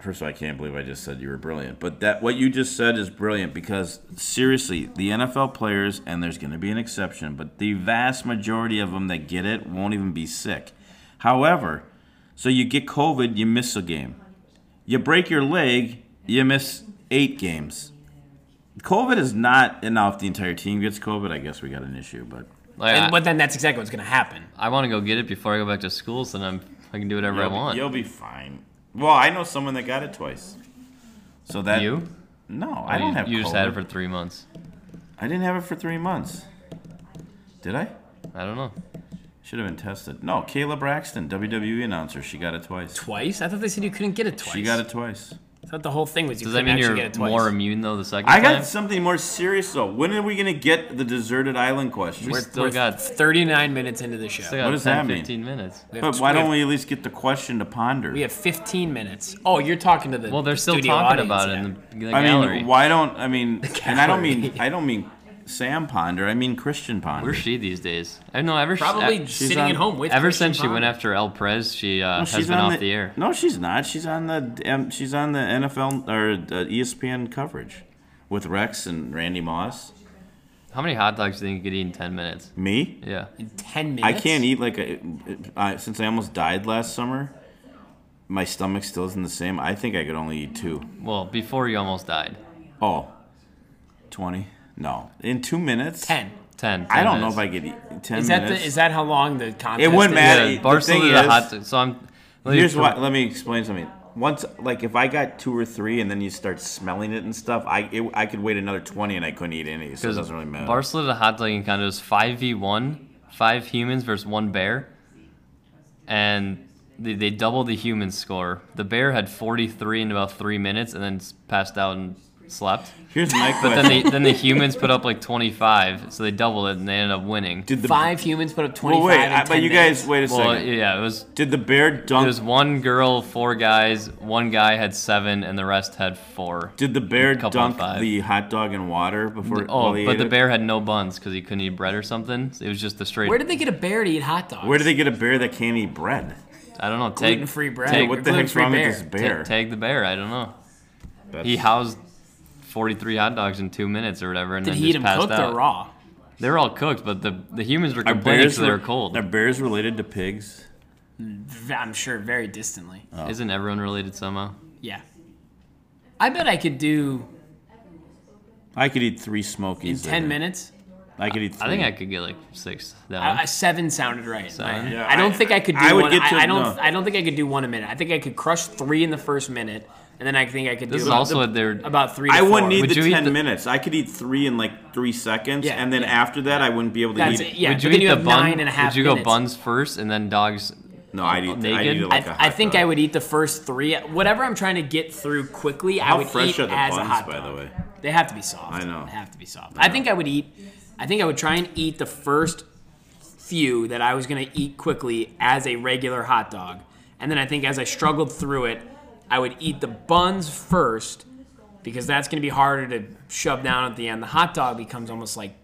First of all, I can't believe I just said you were brilliant, but that what you just said is brilliant because seriously, the NFL players and there's going to be an exception, but the vast majority of them that get it won't even be sick. However, so you get COVID, you miss a game. You break your leg, you miss 8 games. COVID is not enough. The entire team gets COVID. I guess we got an issue, but
Like,
And,
I-
but then that's exactly what's going to happen.
I, want to go get it before I go back to school, so then I'm, I can do whatever I
You'll be-
want.
You'll be fine. Well, I know someone that got it twice. So that
you? Oh,
No, I
you,
don't have.
you just had it
COVID.
for three months.
I didn't have it for three months. Did I?
I don't know.
Should have been tested. No, Kayla Braxton, WWE announcer, she got it twice.
Twice? I thought they said you couldn't get it twice.
She got it twice.
I thought the whole thing was you
Does that
couldn't
mean
actually
you're
get it twice.
more immune though the second
I
time?
got something more serious though. When are we gonna get the deserted island question?
We still got still
39 minutes into the show.
got
does
10,
that mean?
15 minutes.
We have
but why
tw-
don't we at least get the question to ponder?
We have 15 minutes. Oh, you're talking to the
Well, they're
the
still
studio
talking
audience,
about it
yeah.
in the, in the
I
gallery.
mean, why don't I mean? And I don't mean
gallery.
I don't mean Sam ponder. I mean Christian ponder.
Where's she these days? I know ever
Probably
ever,
sitting
on-
at home with
ever
Christian
since she went
Ponder.
after El Perez, she uh,
No,
has been off the, air.
No, she's not. She's on the um, she's on the NFL or uh, ESPN coverage with Rex and Randy Moss.
How many hot dogs do you think you could eat in 10 minutes?
Me,
Yeah.
10 minutes.
I can't eat like a I, since I almost died last summer. My stomach still isn't the same. I think I could only eat two.
Well, before you almost died.
Oh, 20? No, in two minutes.
10.
10.
I
10
don't know
minutes.
if I could eat ten
Is that,
minutes.
the, is that how long the contest is?
wouldn't matter.
Yeah,
The
Barcelona
thing
did a
is-
hot dog. So I'm. let me
Here's
pro-
why. Let me explain something. once like if I got two or three and then you start smelling it and stuff, I it, I could wait another twenty and I couldn't eat any, so it doesn't really matter.
Barcelona the hot dog encounter is five v one, five humans versus one bear, and they, they doubled the human score. The bear had 43 in about three minutes and then s- passed out and slept.
Here's my
But
question:
then the then the humans put up like 25, so they doubled it and they ended up winning.
Did the
Five humans put up
Well,
25
wait,
in
I,
10
but you
minutes.
guys, wait a
Well,
second.
yeah, it was.
Did the bear
There
dunk?
was one girl, four guys. One guy had seven, and the rest had four.
did the bear
couple
dunk
five.
the hot dog in water before?
Oh,
while he
but
ate
the
it?
bear had no buns because he couldn't eat bread or something. It was just the straight.
Where did they get a bear to eat hot dogs?
Where do they get a bear that can't eat bread?
I don't know. Tag,
Gluten-free bread.
Tag,
What the heck's
gluten-free
wrong
bear.
with this
ta-
bear?
tag the bear. I don't know.
That's-
He housed 43 hot dogs in two minutes or whatever, and
Did
then
he eat
just
them
passed
cooked
out.
or raw?
They were all cooked, but the the humans were
Are
complaining because they
re-
were cold.
Are bears related to pigs?
V- I'm sure very distantly.
Isn't everyone related somehow?
Yeah. I bet I could do
I could eat three
in
Smokies.
10
there.
minutes.
I could eat. Three.
I think I could get like six. That
I, I,
one.
seven sounded right.
Seven?
I-
Yeah,
I don't
I-
think I could do
I would
one.
get to-
I, I don't.
no.
I don't think I could do one a minute. I think I could crush three in the first minute, and then I think I could do
This is
about,
also what they're.
about three. To
I wouldn't
four.
need
Would
the
you eat
ten
the-
minutes. I could eat three in like three seconds,
Yeah,
and then
yeah.
after that, I wouldn't be able to
That's
eat.
it, yeah.
would you
but then
eat
you
the
have
bun?
nine and a half
Would you go
minutes.
buns first and then dogs?
No, I'd eat. I'd
Naked?
eat it
I,
like a hot
I think
dog.
I would eat the first three. Whatever I'm trying to get through quickly, I
How
would eat
fresh are the
as a
buns,
hot
by
dog.
the way?
They have to be soft.
I know.
They have to be soft. I, think I would eat. I think I would try and eat the first few that I was gonna eat quickly as a regular hot dog, and then I think as I struggled through it, I would eat the buns first because that's gonna be harder to shove down at the end. The hot dog becomes almost like,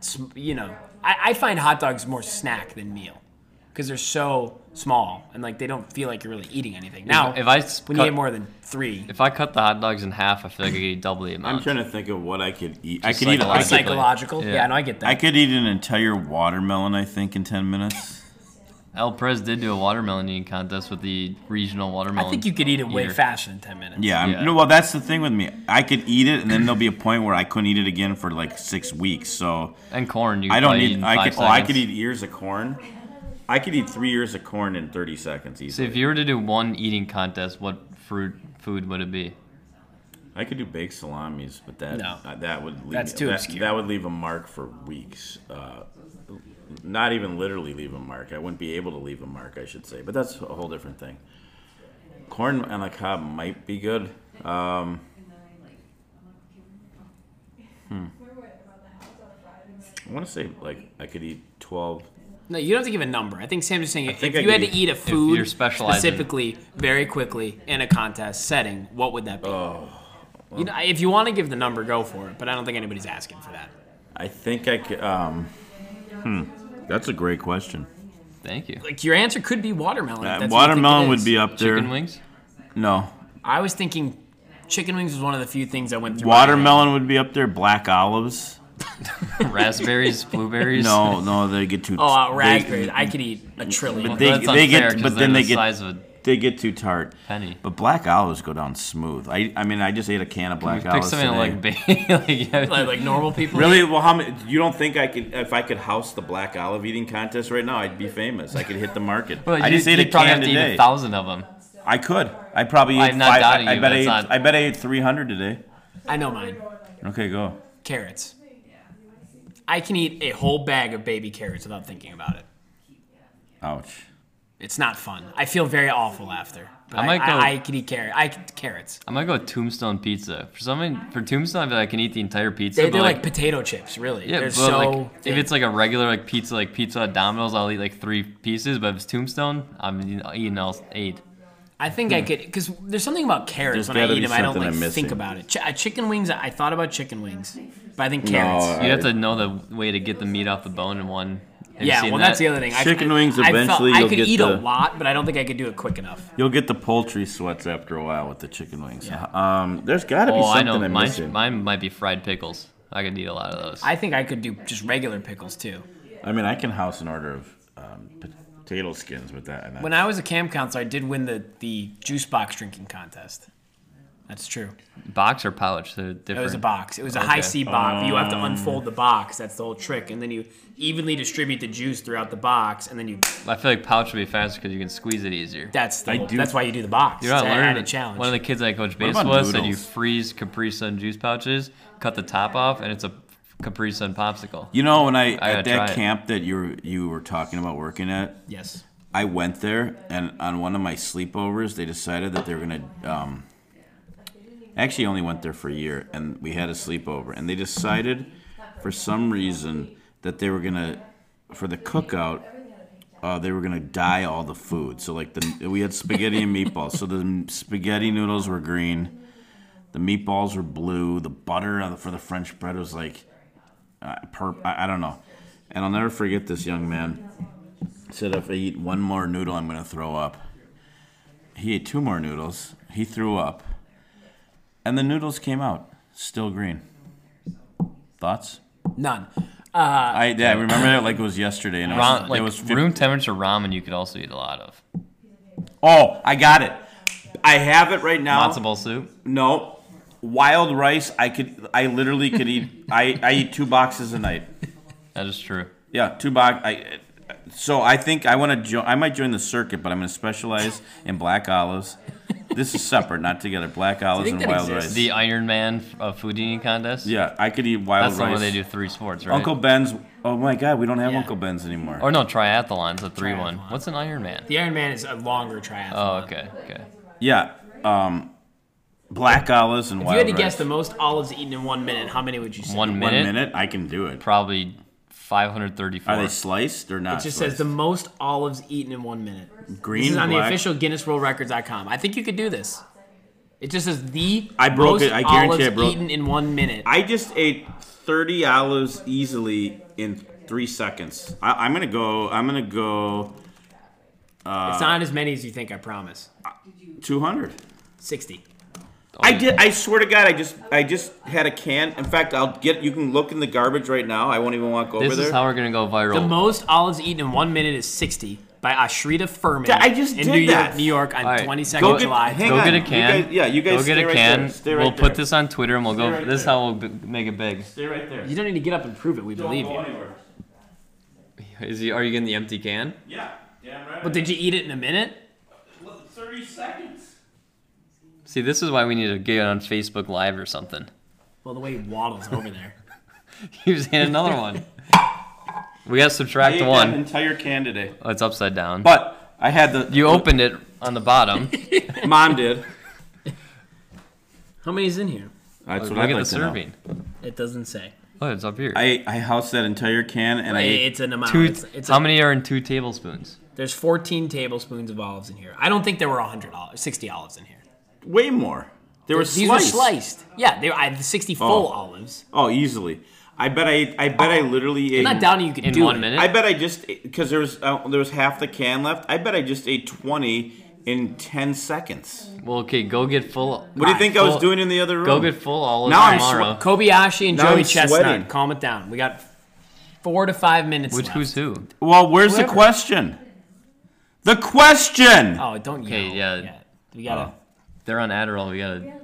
sm- you know, I, I find hot dogs more snack than meal because they're so small and like they don't feel like you're really eating anything. Now,
if I
when
cut-
you get more than three,
If I cut the hot dogs in half, I feel like I could eat double the amount.
I'm trying to think of what I could eat. I could eat.
psychologically.
I
it's
could,
psychological.
Yeah.
Yeah, no, I get that.
I could eat an entire watermelon. I think in ten minutes.
El Pres did do a watermelon eating contest with the regional watermelon.
I think you could eat it way
eater.
faster than 10 minutes.
Yeah, I'm,
Yeah.
no. Well, that's the thing with me. I could eat it, and then there'll be a point where I couldn't eat it again for like six weeks. So
And corn, you.
I don't
probably eat
need.
in
I
five
could. Oh, I
seconds.
could eat ears of corn. I could eat three ears of corn in thirty seconds
So
easily.
if you were to do one eating contest, what fruit food would it be?
I could do baked salamis, but that
No.
uh, that would leave
That's too
that,
obscure.
that would leave a mark for weeks. Uh, not even literally leave a mark. I wouldn't be able to leave a mark, I should say. But that's a whole different thing. Corn on the cob might be good. Um, hmm. I want to say like I could eat twelve.
No, you don't have to give a number. I think Sam's just saying if
think
you
I
had
could
to eat a food
you're specializing.
specifically very quickly in a contest setting, what would that be?
Oh.
you know, if you want to give the number, go for it. But I don't think anybody's asking for that.
I think I could. Um, hmm. That's a great question.
Thank you.
Like your answer could be watermelon. if
Uh,
that's what you think it
watermelon would
is.
be up there.
Chicken wings.
No,
I was thinking, chicken wings was one of the few things that went through. my head.
watermelon would be up there. Black olives.
raspberries, blueberries.
No, no, they get too.
Oh, uh,
they-
raspberry. I could eat a trillion.
But they-
Well, that's unfair,
get-
'cause
but
they're
then
the
they get- Oh
size of a
They get too tart.
penny.
But black olives go down smooth. I, I mean, I just ate a can of black
Pick
olives
something
today.
like baby. like, yeah,
like, like normal people.
really? Well, how many? You don't think I could? If I could house the black olive eating contest right now, I'd be famous. I could hit the market.
well,
I
you,
just ate
you'd
a
probably
can
have to eat
today.
a thousand of them.
I could. I probably.
I'm
ate
not
five-
doubting
I, I
you,
bet I
but
ate.
it's not-
I bet I ate 300 today.
I know mine.
Okay, go.
Carrots. I can eat a whole bag of baby carrots without thinking about it.
Ouch.
It's not fun. I feel very awful after. But
I
I,
might
I,
go-
I, could eat carrot. I could, carrots.
I might go with Tombstone Pizza. For something for Tombstone, I feel like I can eat the entire pizza.
They,
but
they're like, potato chips, really.
yeah,
they're
but
so.
like if
thin.
it's like a regular like pizza, like pizza at Domino's, I'll eat like three pieces. But if it's Tombstone, I'm eating- eating all eight.
I think I could because there's something about carrots
Hmm.
when
There's
I
gotta
eat
be
them. I don't
something
like
I'm
think
missing.
about it. Ch- uh, chicken wings. I thought about chicken wings, but I think carrots.
I-
You'd have to know the way to get the meat off the bone in one. Have you
yeah,
seen
well,
that?
that's the other thing.
Chicken
I,
wings
I, I, felt
eventually
I
you'll
could
get
eat a
the-
lot, but I don't think I could do it quick enough.
You'll get the poultry sweats after a while with the chicken wings. Um, there's got to be
Oh, I
something
know.
I'm
Mine,
missing.
mine might be fried pickles. I could eat a lot of those.
I think I could do just regular pickles too.
I mean, I can house an order of um, potato skins with that. And that.
When I was a camp counselor, I did win the the juice box drinking contest. That's true.
Box or pouch? They're different.
It was a box. It was a high C box. you have to
Um.
unfold the box. That's the whole trick. And then you evenly distribute the juice throughout the box, and then you.
I feel like pouch would be faster because you can squeeze it easier.
That's the
I
whole-
do-
That's why you do the box.
You're not
it's an
learning
added challenge.
One of the kids I coach
about
baseball said you
noodles?
freeze Capri Sun juice pouches, cut the top off, and it's a Capri Sun popsicle.
You know, when I,
I
at
gotta try
that
it.
camp that you were, you were talking about working at,
yes.
I went there, and on one of my sleepovers, they decided that they were gonna. Um, actually, I only went there for a year, and we had a sleepover, and they decided, for some reason, that they were gonna, for the cookout, uh, they were gonna dye all the food. So like the we had spaghetti and meatballs. So the spaghetti noodles were green, the meatballs were blue, the butter on the- for the French bread was like, uh, perp. I, I don't know, and I'll never forget this young man said if I eat one more noodle, I'm gonna throw up. He ate two more noodles. He threw up, and the noodles came out still green. Thoughts?
None.
I yeah, I remember that like it was yesterday, and it was,
Ra- like
it was fif-
room temperature ramen, you could also eat a lot of.
Oh, I got it. I have it right now.
Matzo ball soup.
No, wild rice. I could. I literally could eat. I I eat two boxes a night.
That is true.
Yeah, two box. I, so I think I want to join. I might join the circuit, but I'm going to specialize in black olives. This is separate, not together. Black olives
think
and
that
wild
exists?
rice.
The Iron Man uh, Foodini contest.
yeah, I could eat wild
That's the
rice.
one where they do three sports, right?
Uncle Ben's. Oh my God, we don't have
Yeah.
Uncle Ben's anymore.
Or no, triathlon's a three one.
Triathlon.
What's an Iron Man?
The Iron Man is a longer triathlon.
Oh, okay, okay.
yeah, um, black olives and
if
wild
you had to
rice.
guess the most olives eaten in one minute, how many would you say?
One
one
minute,
minute, I can do it.
probably 534.
Are they sliced or not?
It just says the most olives eaten in one minute.
the green.
This is on the
black-
official Guinness World Records.com. I think you could do this. It just says the
I broke
most
it. I guarantee
olives
I broke-
eaten in one minute.
I just ate 30 olives easily in three seconds. I, I'm gonna go. I'm gonna go
it's not as many as you think. I promise.
200.
Sixty.
I did. I swear to God, I just I just had a can. In fact, I'll get. You can look in the garbage right now. I won't even walk over
This is
there.
how we're gonna go viral.
The most olives eaten in one minute is sixty by Ashrita Furman.
Th- I just
in
did
New
that.
York, New York, on
All right.
twenty second
Go
get-
July.
hang
go
on.
get a
You
can.
guys- yeah, you guys
go get
stay
a
right
can.
there. Stay right
we'll
there.
put this on Twitter and we'll go.
right
this is
there.
how we'll b- make it big.
Stay right there.
You don't need to get up and prove it. We believe you.
anywhere.
Is he? Are you getting the empty can?
Yeah. Damn right.
But did you eat it in a minute?
30 seconds.
See, this is why we need to get on Facebook Live or something.
Well, the way he waddles over there.
He was in another one. We got to subtract
an
one.
entire can today.
Oh, it's upside down.
But I had the.
you opened it on the bottom.
Mom did.
How many is in here?
That's
Look
what I'd
at
like
the
to know.
serving.
It doesn't say.
Oh, it's up here.
I I housed that entire can and I. ate
It's an amount.
two,
it's, it's
how
a-
many are in two tablespoons?
There's 14 tablespoons of olives in here. I don't think there were 100 olives, 60 olives in here.
way more. There were
These
sliced.
were sliced. Yeah, they were, I had 60 full
Oh.
olives.
Oh, easily. I bet I. I
Oh,
bet I literally ate.
I'm not doubting you could
In
do
one
it.
minute?
I bet I just because there was uh, there was half the can left. I bet I just ate twenty in ten seconds.
Well, okay, go get full.
What do you think I was
full-
doing in the other room?
Go get full olives
Now I'm
tomorrow.
swe-
Kobayashi and
Now
Joey
I'm
Chestnut.
sweating.
Calm it down. We got four to five minutes
Which
left.
who's who?
Well, where's
Whoever.
the question? The question.
Oh, don't yell.
Okay, yeah. Oh.
We gotta.
They're on Adderall. We gotta.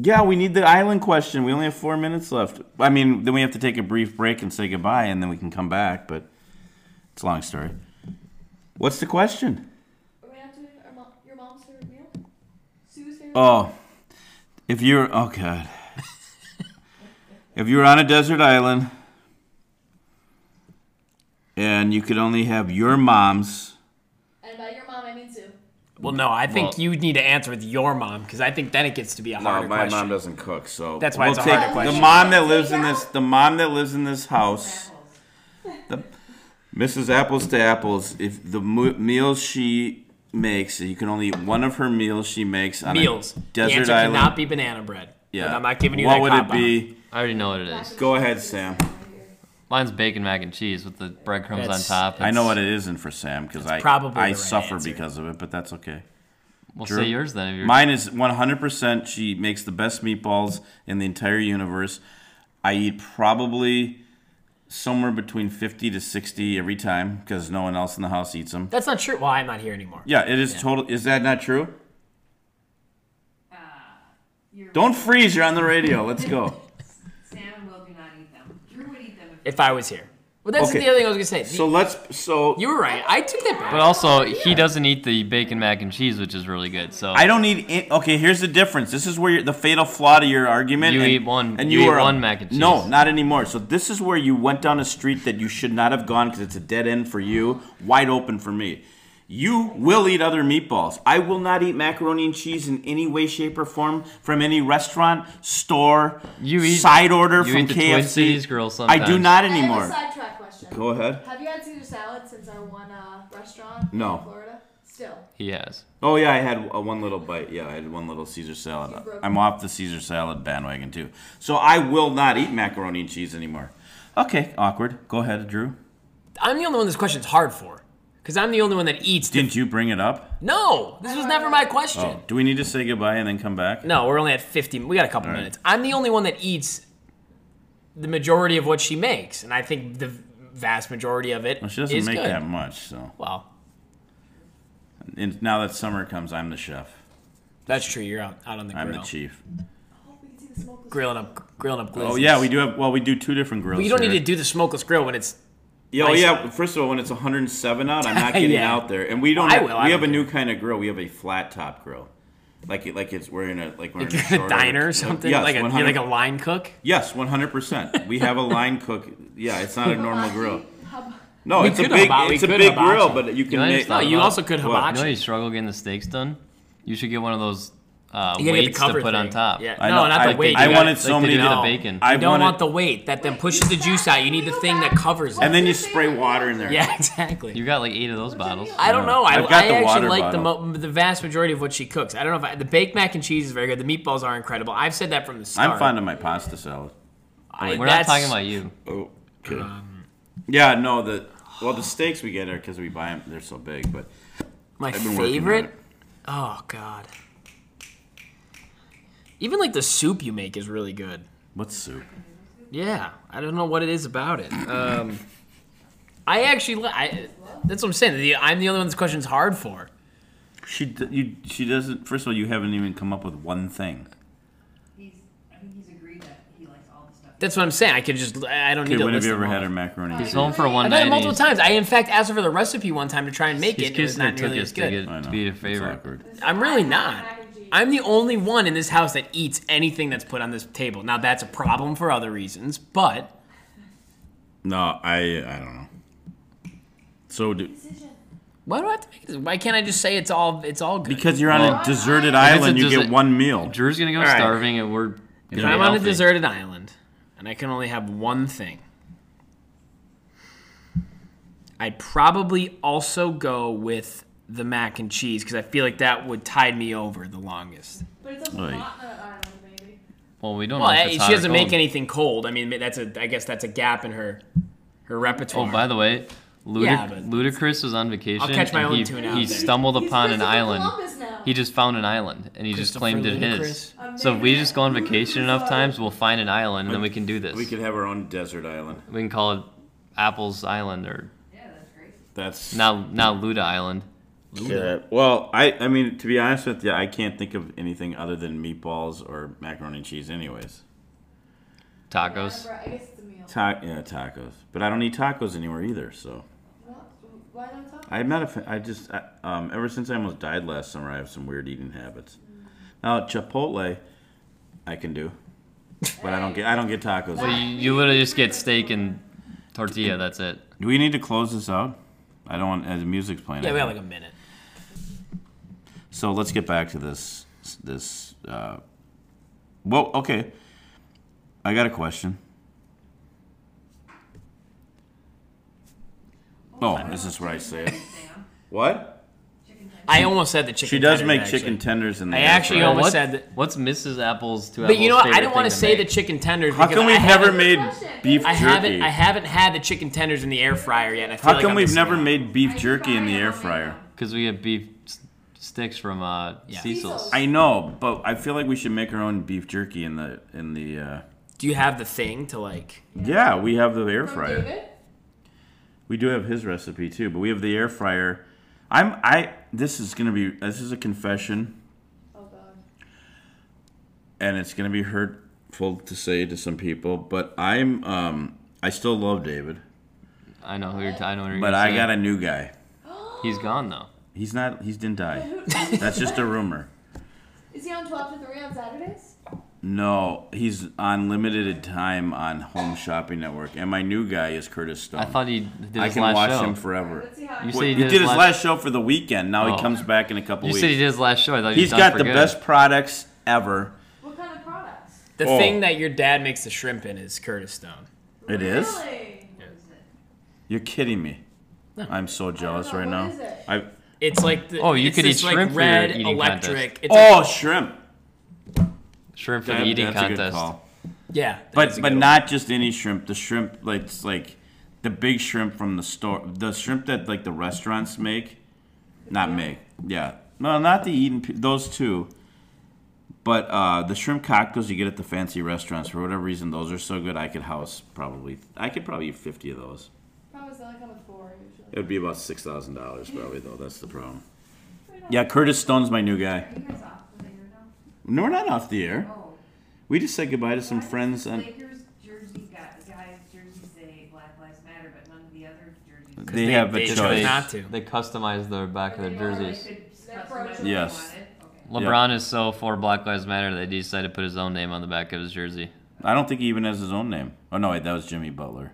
Yeah, we need the island question. We only have four minutes left. I mean, then we have to take a brief break and say goodbye, and then we can come back. But it's a long story. What's the question?
Are we not doing our mom, your mom's favorite meal? Sue's favorite
Oh, if you're oh god, if you were on a desert island and you could only have your mom's,
And by your mom, I mean Sue.
Well, no, I think
Well-
you need to answer with your mom because I think then it gets to be a harder question.
doesn't cook, so
That's why it's a harder question.
The mom that lives in this, the mom that lives in this house, the Mrs. Apples to Apples. If the mo- meals she makes, you can only eat one of her meals she makes on
Meals.
a
the
desert
answer
island.
cannot be banana bread.
yeah,
I'm not giving you
what
that
would
cop
it be?
I already know what it is.
Go ahead, Sam.
Mine's bacon mac and cheese with the breadcrumbs on
That's-
top.
I know what it isn't for Sam because I
probably the
I
right
suffer
answer.
because of it, but that's okay.
We'll
Drew.
say yours then. If you're,
Mine is 100%. She makes the best meatballs in the entire universe. I eat probably somewhere between 50 to 60 every time because no one else in the house eats them.
That's not true. Well, I'm not here anymore.
Yeah, it is total. Is that not true?
You're
Don't freeze. You're on the radio. Let's go.
Sam and Will do not eat them. Drew would eat them if
if I was here. Well, that's
Okay.
the other thing I was gonna say.
So let's. So
you were right. I took that
But
back.
also, he doesn't eat the bacon mac and cheese, which is really good. So
I don't need. It. Okay, here's the difference. This is where you're, the fatal flaw to your argument.
You
and-
eat one-
and
you eat
are a-
one mac and cheese.
No, not anymore. So this is where you went down a street that you should not have gone because it's a dead end for you, wide open for me. You will eat other meatballs. I will not eat macaroni and cheese in any way, shape, or form from any restaurant, store,
You eat-
side order
you
from
eat the Twin
KFC.
Cities grill
I do
sometimes.
not
I
anymore.
have a sidetrack question.
Go ahead.
Have you had Caesar salad since our one uh, restaurant
No.
in Florida? Still.
he has.
Oh yeah, I had a one little bite. Yeah, I had one little Caesar salad. I'm off the Caesar salad bandwagon too. So I will not eat macaroni and cheese anymore. Okay, awkward. Go ahead, Drew.
I'm the only one this question's hard for, because I'm the only one that eats.
Didn't you bring it up?
no, this was never my question.
Oh, do we need to say goodbye and then come back?
No, we're only at 50. We got a couple
All right.
minutes. I'm the only one that eats the majority of what she makes, and I think the vast majority of it
Well, she doesn't
is
make
good.
that much, so.
Well,
And now that summer comes, I'm the chef.
that's true. You're out, out on the grill,
I'm the chief.
Oh, we can see the smokeless.
grilling up, grilling up. Glizzes.
Oh yeah, we do have. Well, we do two different grills.
But you don't
here.
need to do the smokeless grill when it's
Yeah, well,
Nice.
Oh, yeah. First of all, when it's 107 out, I'm not getting
Yeah.
out there, and we don't.
I
have-
will, I
we have a
don't
new kind of grill. We have a flat top grill, like it, like it's we're in a like we're in a,
a
short
diner
order-
or something.
Yes,
like a, you're
100
like a line cook.
yes, 100. percent We have a line cook. Yeah, it's not a normal
Hibachi.
grill.
Hub-
No,
We
it's a
could
big
hibachi- we
it's a
could
big
hibachi.
grill, but you can
You know, I
make.
just thought
No, you
about-
also could
What?
You know,
hibachi.
how you struggle getting the steaks done. You should get one of those uh,
You gotta get
weights
the cover
to put on
thing.
top.
Yeah,
I
no,
know,
not the
I-
weight.
I
You
wanted
gotta-
so
like
many
they do
to-
the bacon.
I
You don't
wanted-
want the weight that then pushes the juice out. You need the thing that covers it.
and then you spray water in there.
yeah, exactly.
you got like eight of those bottles.
I don't know. I,
I've got
I
the water
actually like the, mo- the vast majority of what she cooks. I don't know if I, the baked mac and cheese is very good. The meatballs are incredible. I've said that from the start.
I'm fond of my pasta salad.
I-
We're
that's-
not talking about you.
Oh, okay.
Um,
yeah, no, the well, the steaks we get are because we buy them. They're so big, but
my
I've been working on
favorite.
it.
Oh God. Even like the soup you make is really good.
What's soup?
Yeah, I don't know what it is about it. Um, I actually, li- I, that's what I'm saying. The, I'm the only one this question's hard for.
She d- you she doesn't. First of all, you haven't even come up with one thing.
he's. I think he's agreed that he likes all the stuff.
That's what I'm saying. I could just, I I don't need
Okay,
to
when have
list
you ever
them
had
all.
her macaroni? and
He's
cheese?
home for one
I've done
night.
it multiple
he's-
times. I in fact asked her for the recipe one time to try and make
He's
it. and It was
kissing
not
it took
nearly as
us to
good.
I know,
get to be your
it's
favorite.
awkward.
I'm really
Mac
not.
and cheese.
I'm the only one in this house that eats anything that's put on this table. Now that's a problem for other reasons, but
No, I I don't know. So do,
Decision.
why do I have to make it? Why can't I just say it's all it's all good?
because you're on
Well,
a
if
deserted
it's a
island, you
desert-
get one meal.
Drew's gonna go
right.
starving, and we're.
If
Gonna
I'm on
be
a
healthy.
deserted island and I can only have one thing. I'd probably also go with the mac and cheese because I feel like that would tide me over the longest.
But it's also
Oy.
hot in the island, baby.
Well, we don't
Well,
know. If
I-
it's
she
hot or
doesn't make
cold.
anything cold. I mean, that's a I guess that's a gap in her her
Oh,
repertoire.
by the way, Ludic-
Yeah, but-
Ludacris was on vacation.
I'll catch my
and
own
he,
tune out
He
there.
stumbled
He's
upon an
Christopher
island.
Columbus now.
He just found an island, and he just
Christopher
claimed it his.
Ludacris.
So if we just go on vacation enough times, we'll find an island, and then we can do this.
We could have our own desert island.
We can call it Apple's Island or
Yeah, that's great.
That's
now now Luda Island.
Yeah. Well, I I mean to be honest with you, I can't think of anything other than meatballs or macaroni and cheese, anyways.
Tacos.
Yeah, I guess it's a meal.
Ta- yeah, tacos. But I don't eat tacos anywhere either, so.
Well, Why not talk?
I'm not a fan. I just I, um, ever since I almost died last summer, I have some weird eating habits. Now Chipotle, I can do, but I don't get I don't get tacos.
So you, you literally just get steak and tortilla, that's it.
do we need to close this out? I don't want as the music's playing.
yeah,
I
we got
don't-
like a minute.
so let's get back to this this. Uh, well, okay. I got a question. Oh, is this where I say it?
Sam,
What?
chicken tenders.
I almost said the chicken.
She does
tenders,
make
actually.
chicken tenders in the
I
air
actually
fryer.
almost said that-
What's Mrs. Apple's to
But you know what? I don't want to say the chicken tenders.
How
because
come
I
we've never
haven't-
made beef
I
jerky?
haven't. I haven't had the chicken tenders in the air fryer yet. and I feel
How
like
come
I'm
we've
missing
never
out.
made beef
I
jerky in the
tried
air
it on
fryer?
my
Because we get beef s- sticks from uh,
Yeah.
Cecil's.
Cecil's.
I know, but I feel like we should make our own beef jerky in the in the. Uh,
Do you have the thing to like?
yeah, we have the air
From
fryer.
David?
We do have his recipe too, but we have the air fryer. I'm I. This is gonna be. This is a confession.
Oh god.
and it's going to be hurtful to say to some people, but I'm um I still love David,
I know who you're. T- I know what you're.
but
gonna
I
say.
got a new guy.
He's gone though.
He's not. He's didn't die. That's just a rumor.
Is he on 12 to 3 on Saturdays?
No, he's on limited time on Home Shopping Network, and my new guy is Curtis Stone.
I thought he did his
I can
last
watch
show.
him forever.
Let's see how
You
it
said
Wait,
he
he
did
did
his
his
last-
last show for the weekend. Now
Oh.
he comes back in a couple
You
weeks.
said he did his last show. I thought he
he's
was done
got
for
the
good.
best products ever.
What kind of products?
The
Oh.
thing that your dad makes the shrimp in is Curtis Stone.
It is.
Really?
You're kidding me. I'm so jealous
know,
right
what
now.
is it?
I
It's like the,
Oh, you
it's
could
this,
eat
like,
shrimp for your
red
eating
electric. It's like-
oh shrimp.
shrimp for
That-
the eating
that's a good
contest.
call.
yeah, that is
But
a
but
good one.
not just any shrimp. The shrimp like it's like the big shrimp from the store. The shrimp that like the restaurants make, not make. Yeah. No, not the eating. pe- Those two. But uh, the shrimp cocktails you get at the fancy restaurants for whatever reason, those are so good. I could house probably. I could probably eat fifty of those.
Probably is like on the floor usually.
It would be about six thousand dollars probably though. That's the problem. Yeah, Curtis Stone's my new guy.
Are you guys off the air now?
No, we're not off the air.
Oh.
We just said goodbye to some
Why does
friends
the
and
Lakers jersey got, guys jersey say Black Lives Matter, but none of the other jerseys.
they,
they-
have
they
a
chose
choice.
not to.
They customized the back of their jerseys.
They could
They're
customize what
frozen.
they
Yes. Um,
wanted. Okay.
LeBron is so for Black Lives Matter that he decided to put his own name on the back of his jersey.
I don't think he even has his own name. Oh no, wait, that was Jimmy Butler.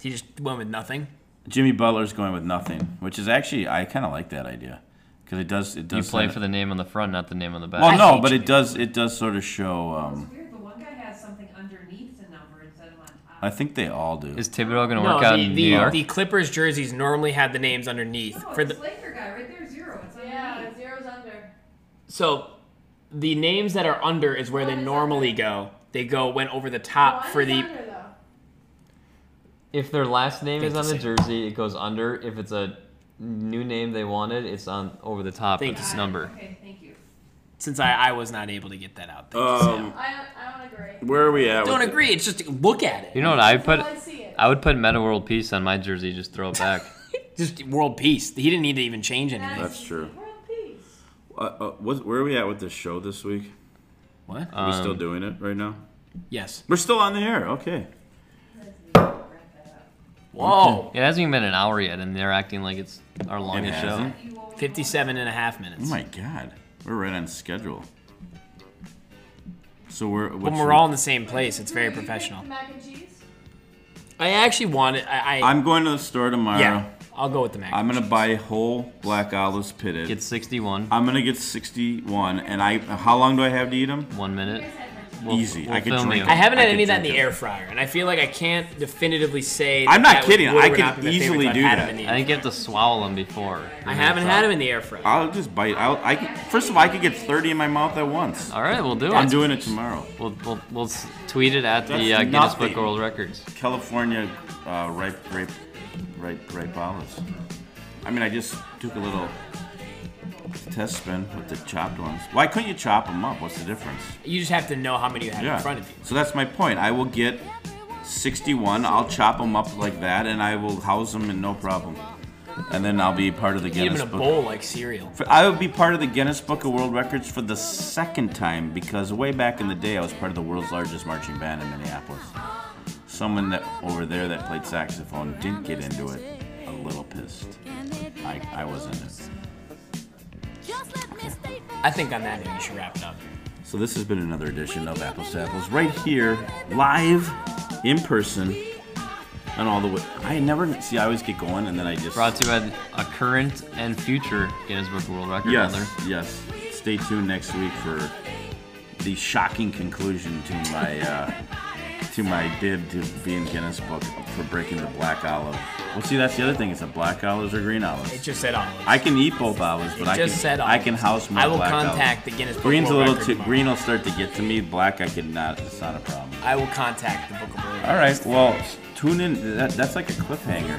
He just went with nothing.
Jimmy Butler's going with nothing, which is actually I kind of like that idea because it does it
You
does.
play
kinda-
for the name on the front, not the name on the back.
Well,
I
no,
hate
but
Jimmy
it does it does sort of show. Um,
It's weird, but one guy has something underneath the number instead of on top.
I think they all do.
Is Thibodeau going to
No,
work out
the,
in
the,
New York?
the Clippers jerseys normally had the names underneath.
No,
For
it's
the
Laker guy right there, zero. It's
Yeah,
underneath.
zero's under.
so the names that are under is where they
One is
normally
under.
go. They go went over the top
One
for
is
the
under, though.
if their last name
Think
is
the
on the
same.
jersey, it goes under. If it's a new name they wanted, it's on over the top.
Think
of
the
its
same.
number.
Okay, thank you.
since I, I was not able to get that out. There,
Um,
I, I don't agree.
where are we at?
don't
with it?
agree. It's just look at it.
You know what I would put?
Let's see it.
I would put Meta World Peace on my jersey. Just throw it back.
Just world peace. He didn't need to even change anything.
That's true.
World peace.
Uh, uh, what, where are we at with the show this week?
What?
Are we still
Um,
doing it right now?
yes.
We're still on the air. Okay. Mm-hmm.
Whoa.
It hasn't even been an hour yet, and they're acting like it's our longest show.
hasn't.
You always-
57 and a half minutes.
Oh my god, we're right on schedule. So we're.
when
what's
we're
your-
all in the same place, it's very professional.
Mac and cheese.
I actually want it. I, I
I'm going to the store tomorrow.
yeah. I'll go with the mac.
I'm gonna buy whole black olives pitted.
Get 61,
I'm gonna get 61, and I. How long do I have to eat them?
one minute.
Easy.
we'll
I could
film
drink.
you.
'em.
I
I haven't had
could
any of that in
drink
the
'em.
air fryer, and I feel like I can't definitively say. that
I'm not
that would-
kidding.
would
I
or would
could
not be my favorite
easily
if I
do
had
that.
it in the
I
air
think you have to swallow them before.
fryer. I haven't had them in the air fryer.
I'll just bite. I'll, I could. First of all, I could get 30 in my mouth at once.
All right, we'll do
I'm
it.
doing it tomorrow.
We'll, we'll, we'll s- tweet it at the
That's
uh, Guinness Book
nothing.
of World Records.
California uh, ripe grape, ripe ripe olives. I mean, I just took a little test spin with the chopped ones. Why couldn't you chop them up? What's the difference?
You just have to know how many you have
Yeah.
in front of you.
So that's my point. I will get 61. I'll chop them up like that, and I will house them in no problem. And then I'll be part of the
Eat them
Guinness
in a
Book.
bowl like cereal.
For- I would be part of the Guinness Book of World Records for the second time because way back in the day I was part of the world's largest marching band in Minneapolis. Someone that over there that played saxophone didn't get into it. A little pissed. I, I was in it.
I think on that note you should wrap it up.
So this has been another edition of Apples to Apples right here, live, in person, and all the way. I never see. I always get going and then I just.
Brought to you by a current and future Guinness Book of World Record holder.
Yes, yes. Stay tuned next week for the shocking conclusion to my uh, to my bid to be in Guinness Book for breaking the black olive. Well, see, that's the other thing. It's a black olives or green
It
olives.
just said olives.
I can eat both olives, but I can
just said
I can
olives.
house my
I will
black
contact
olives.
the Guinness Book
Green's a
World
little
Record
too.
tomorrow.
Green will start to get to me. Black, I could not. It's not a problem.
I will contact the Book of World.
All right. Well, tune in. That, that's like a cliffhanger.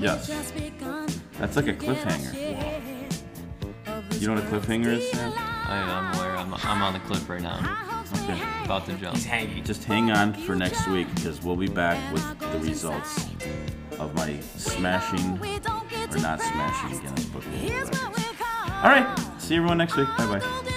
Yes.
Yes.
That's like a cliffhanger.
cliffhanger.
You know what a cliffhanger is? Sam?
I am aware. I'm, I'm on the clip right now.
Okay.
About to jump.
He's hanging.
Just hang on for next week because we'll be back with the results of my smashing or not smashing Guinness Book of World Records. All right. See everyone next week. Bye bye.
Bye bye.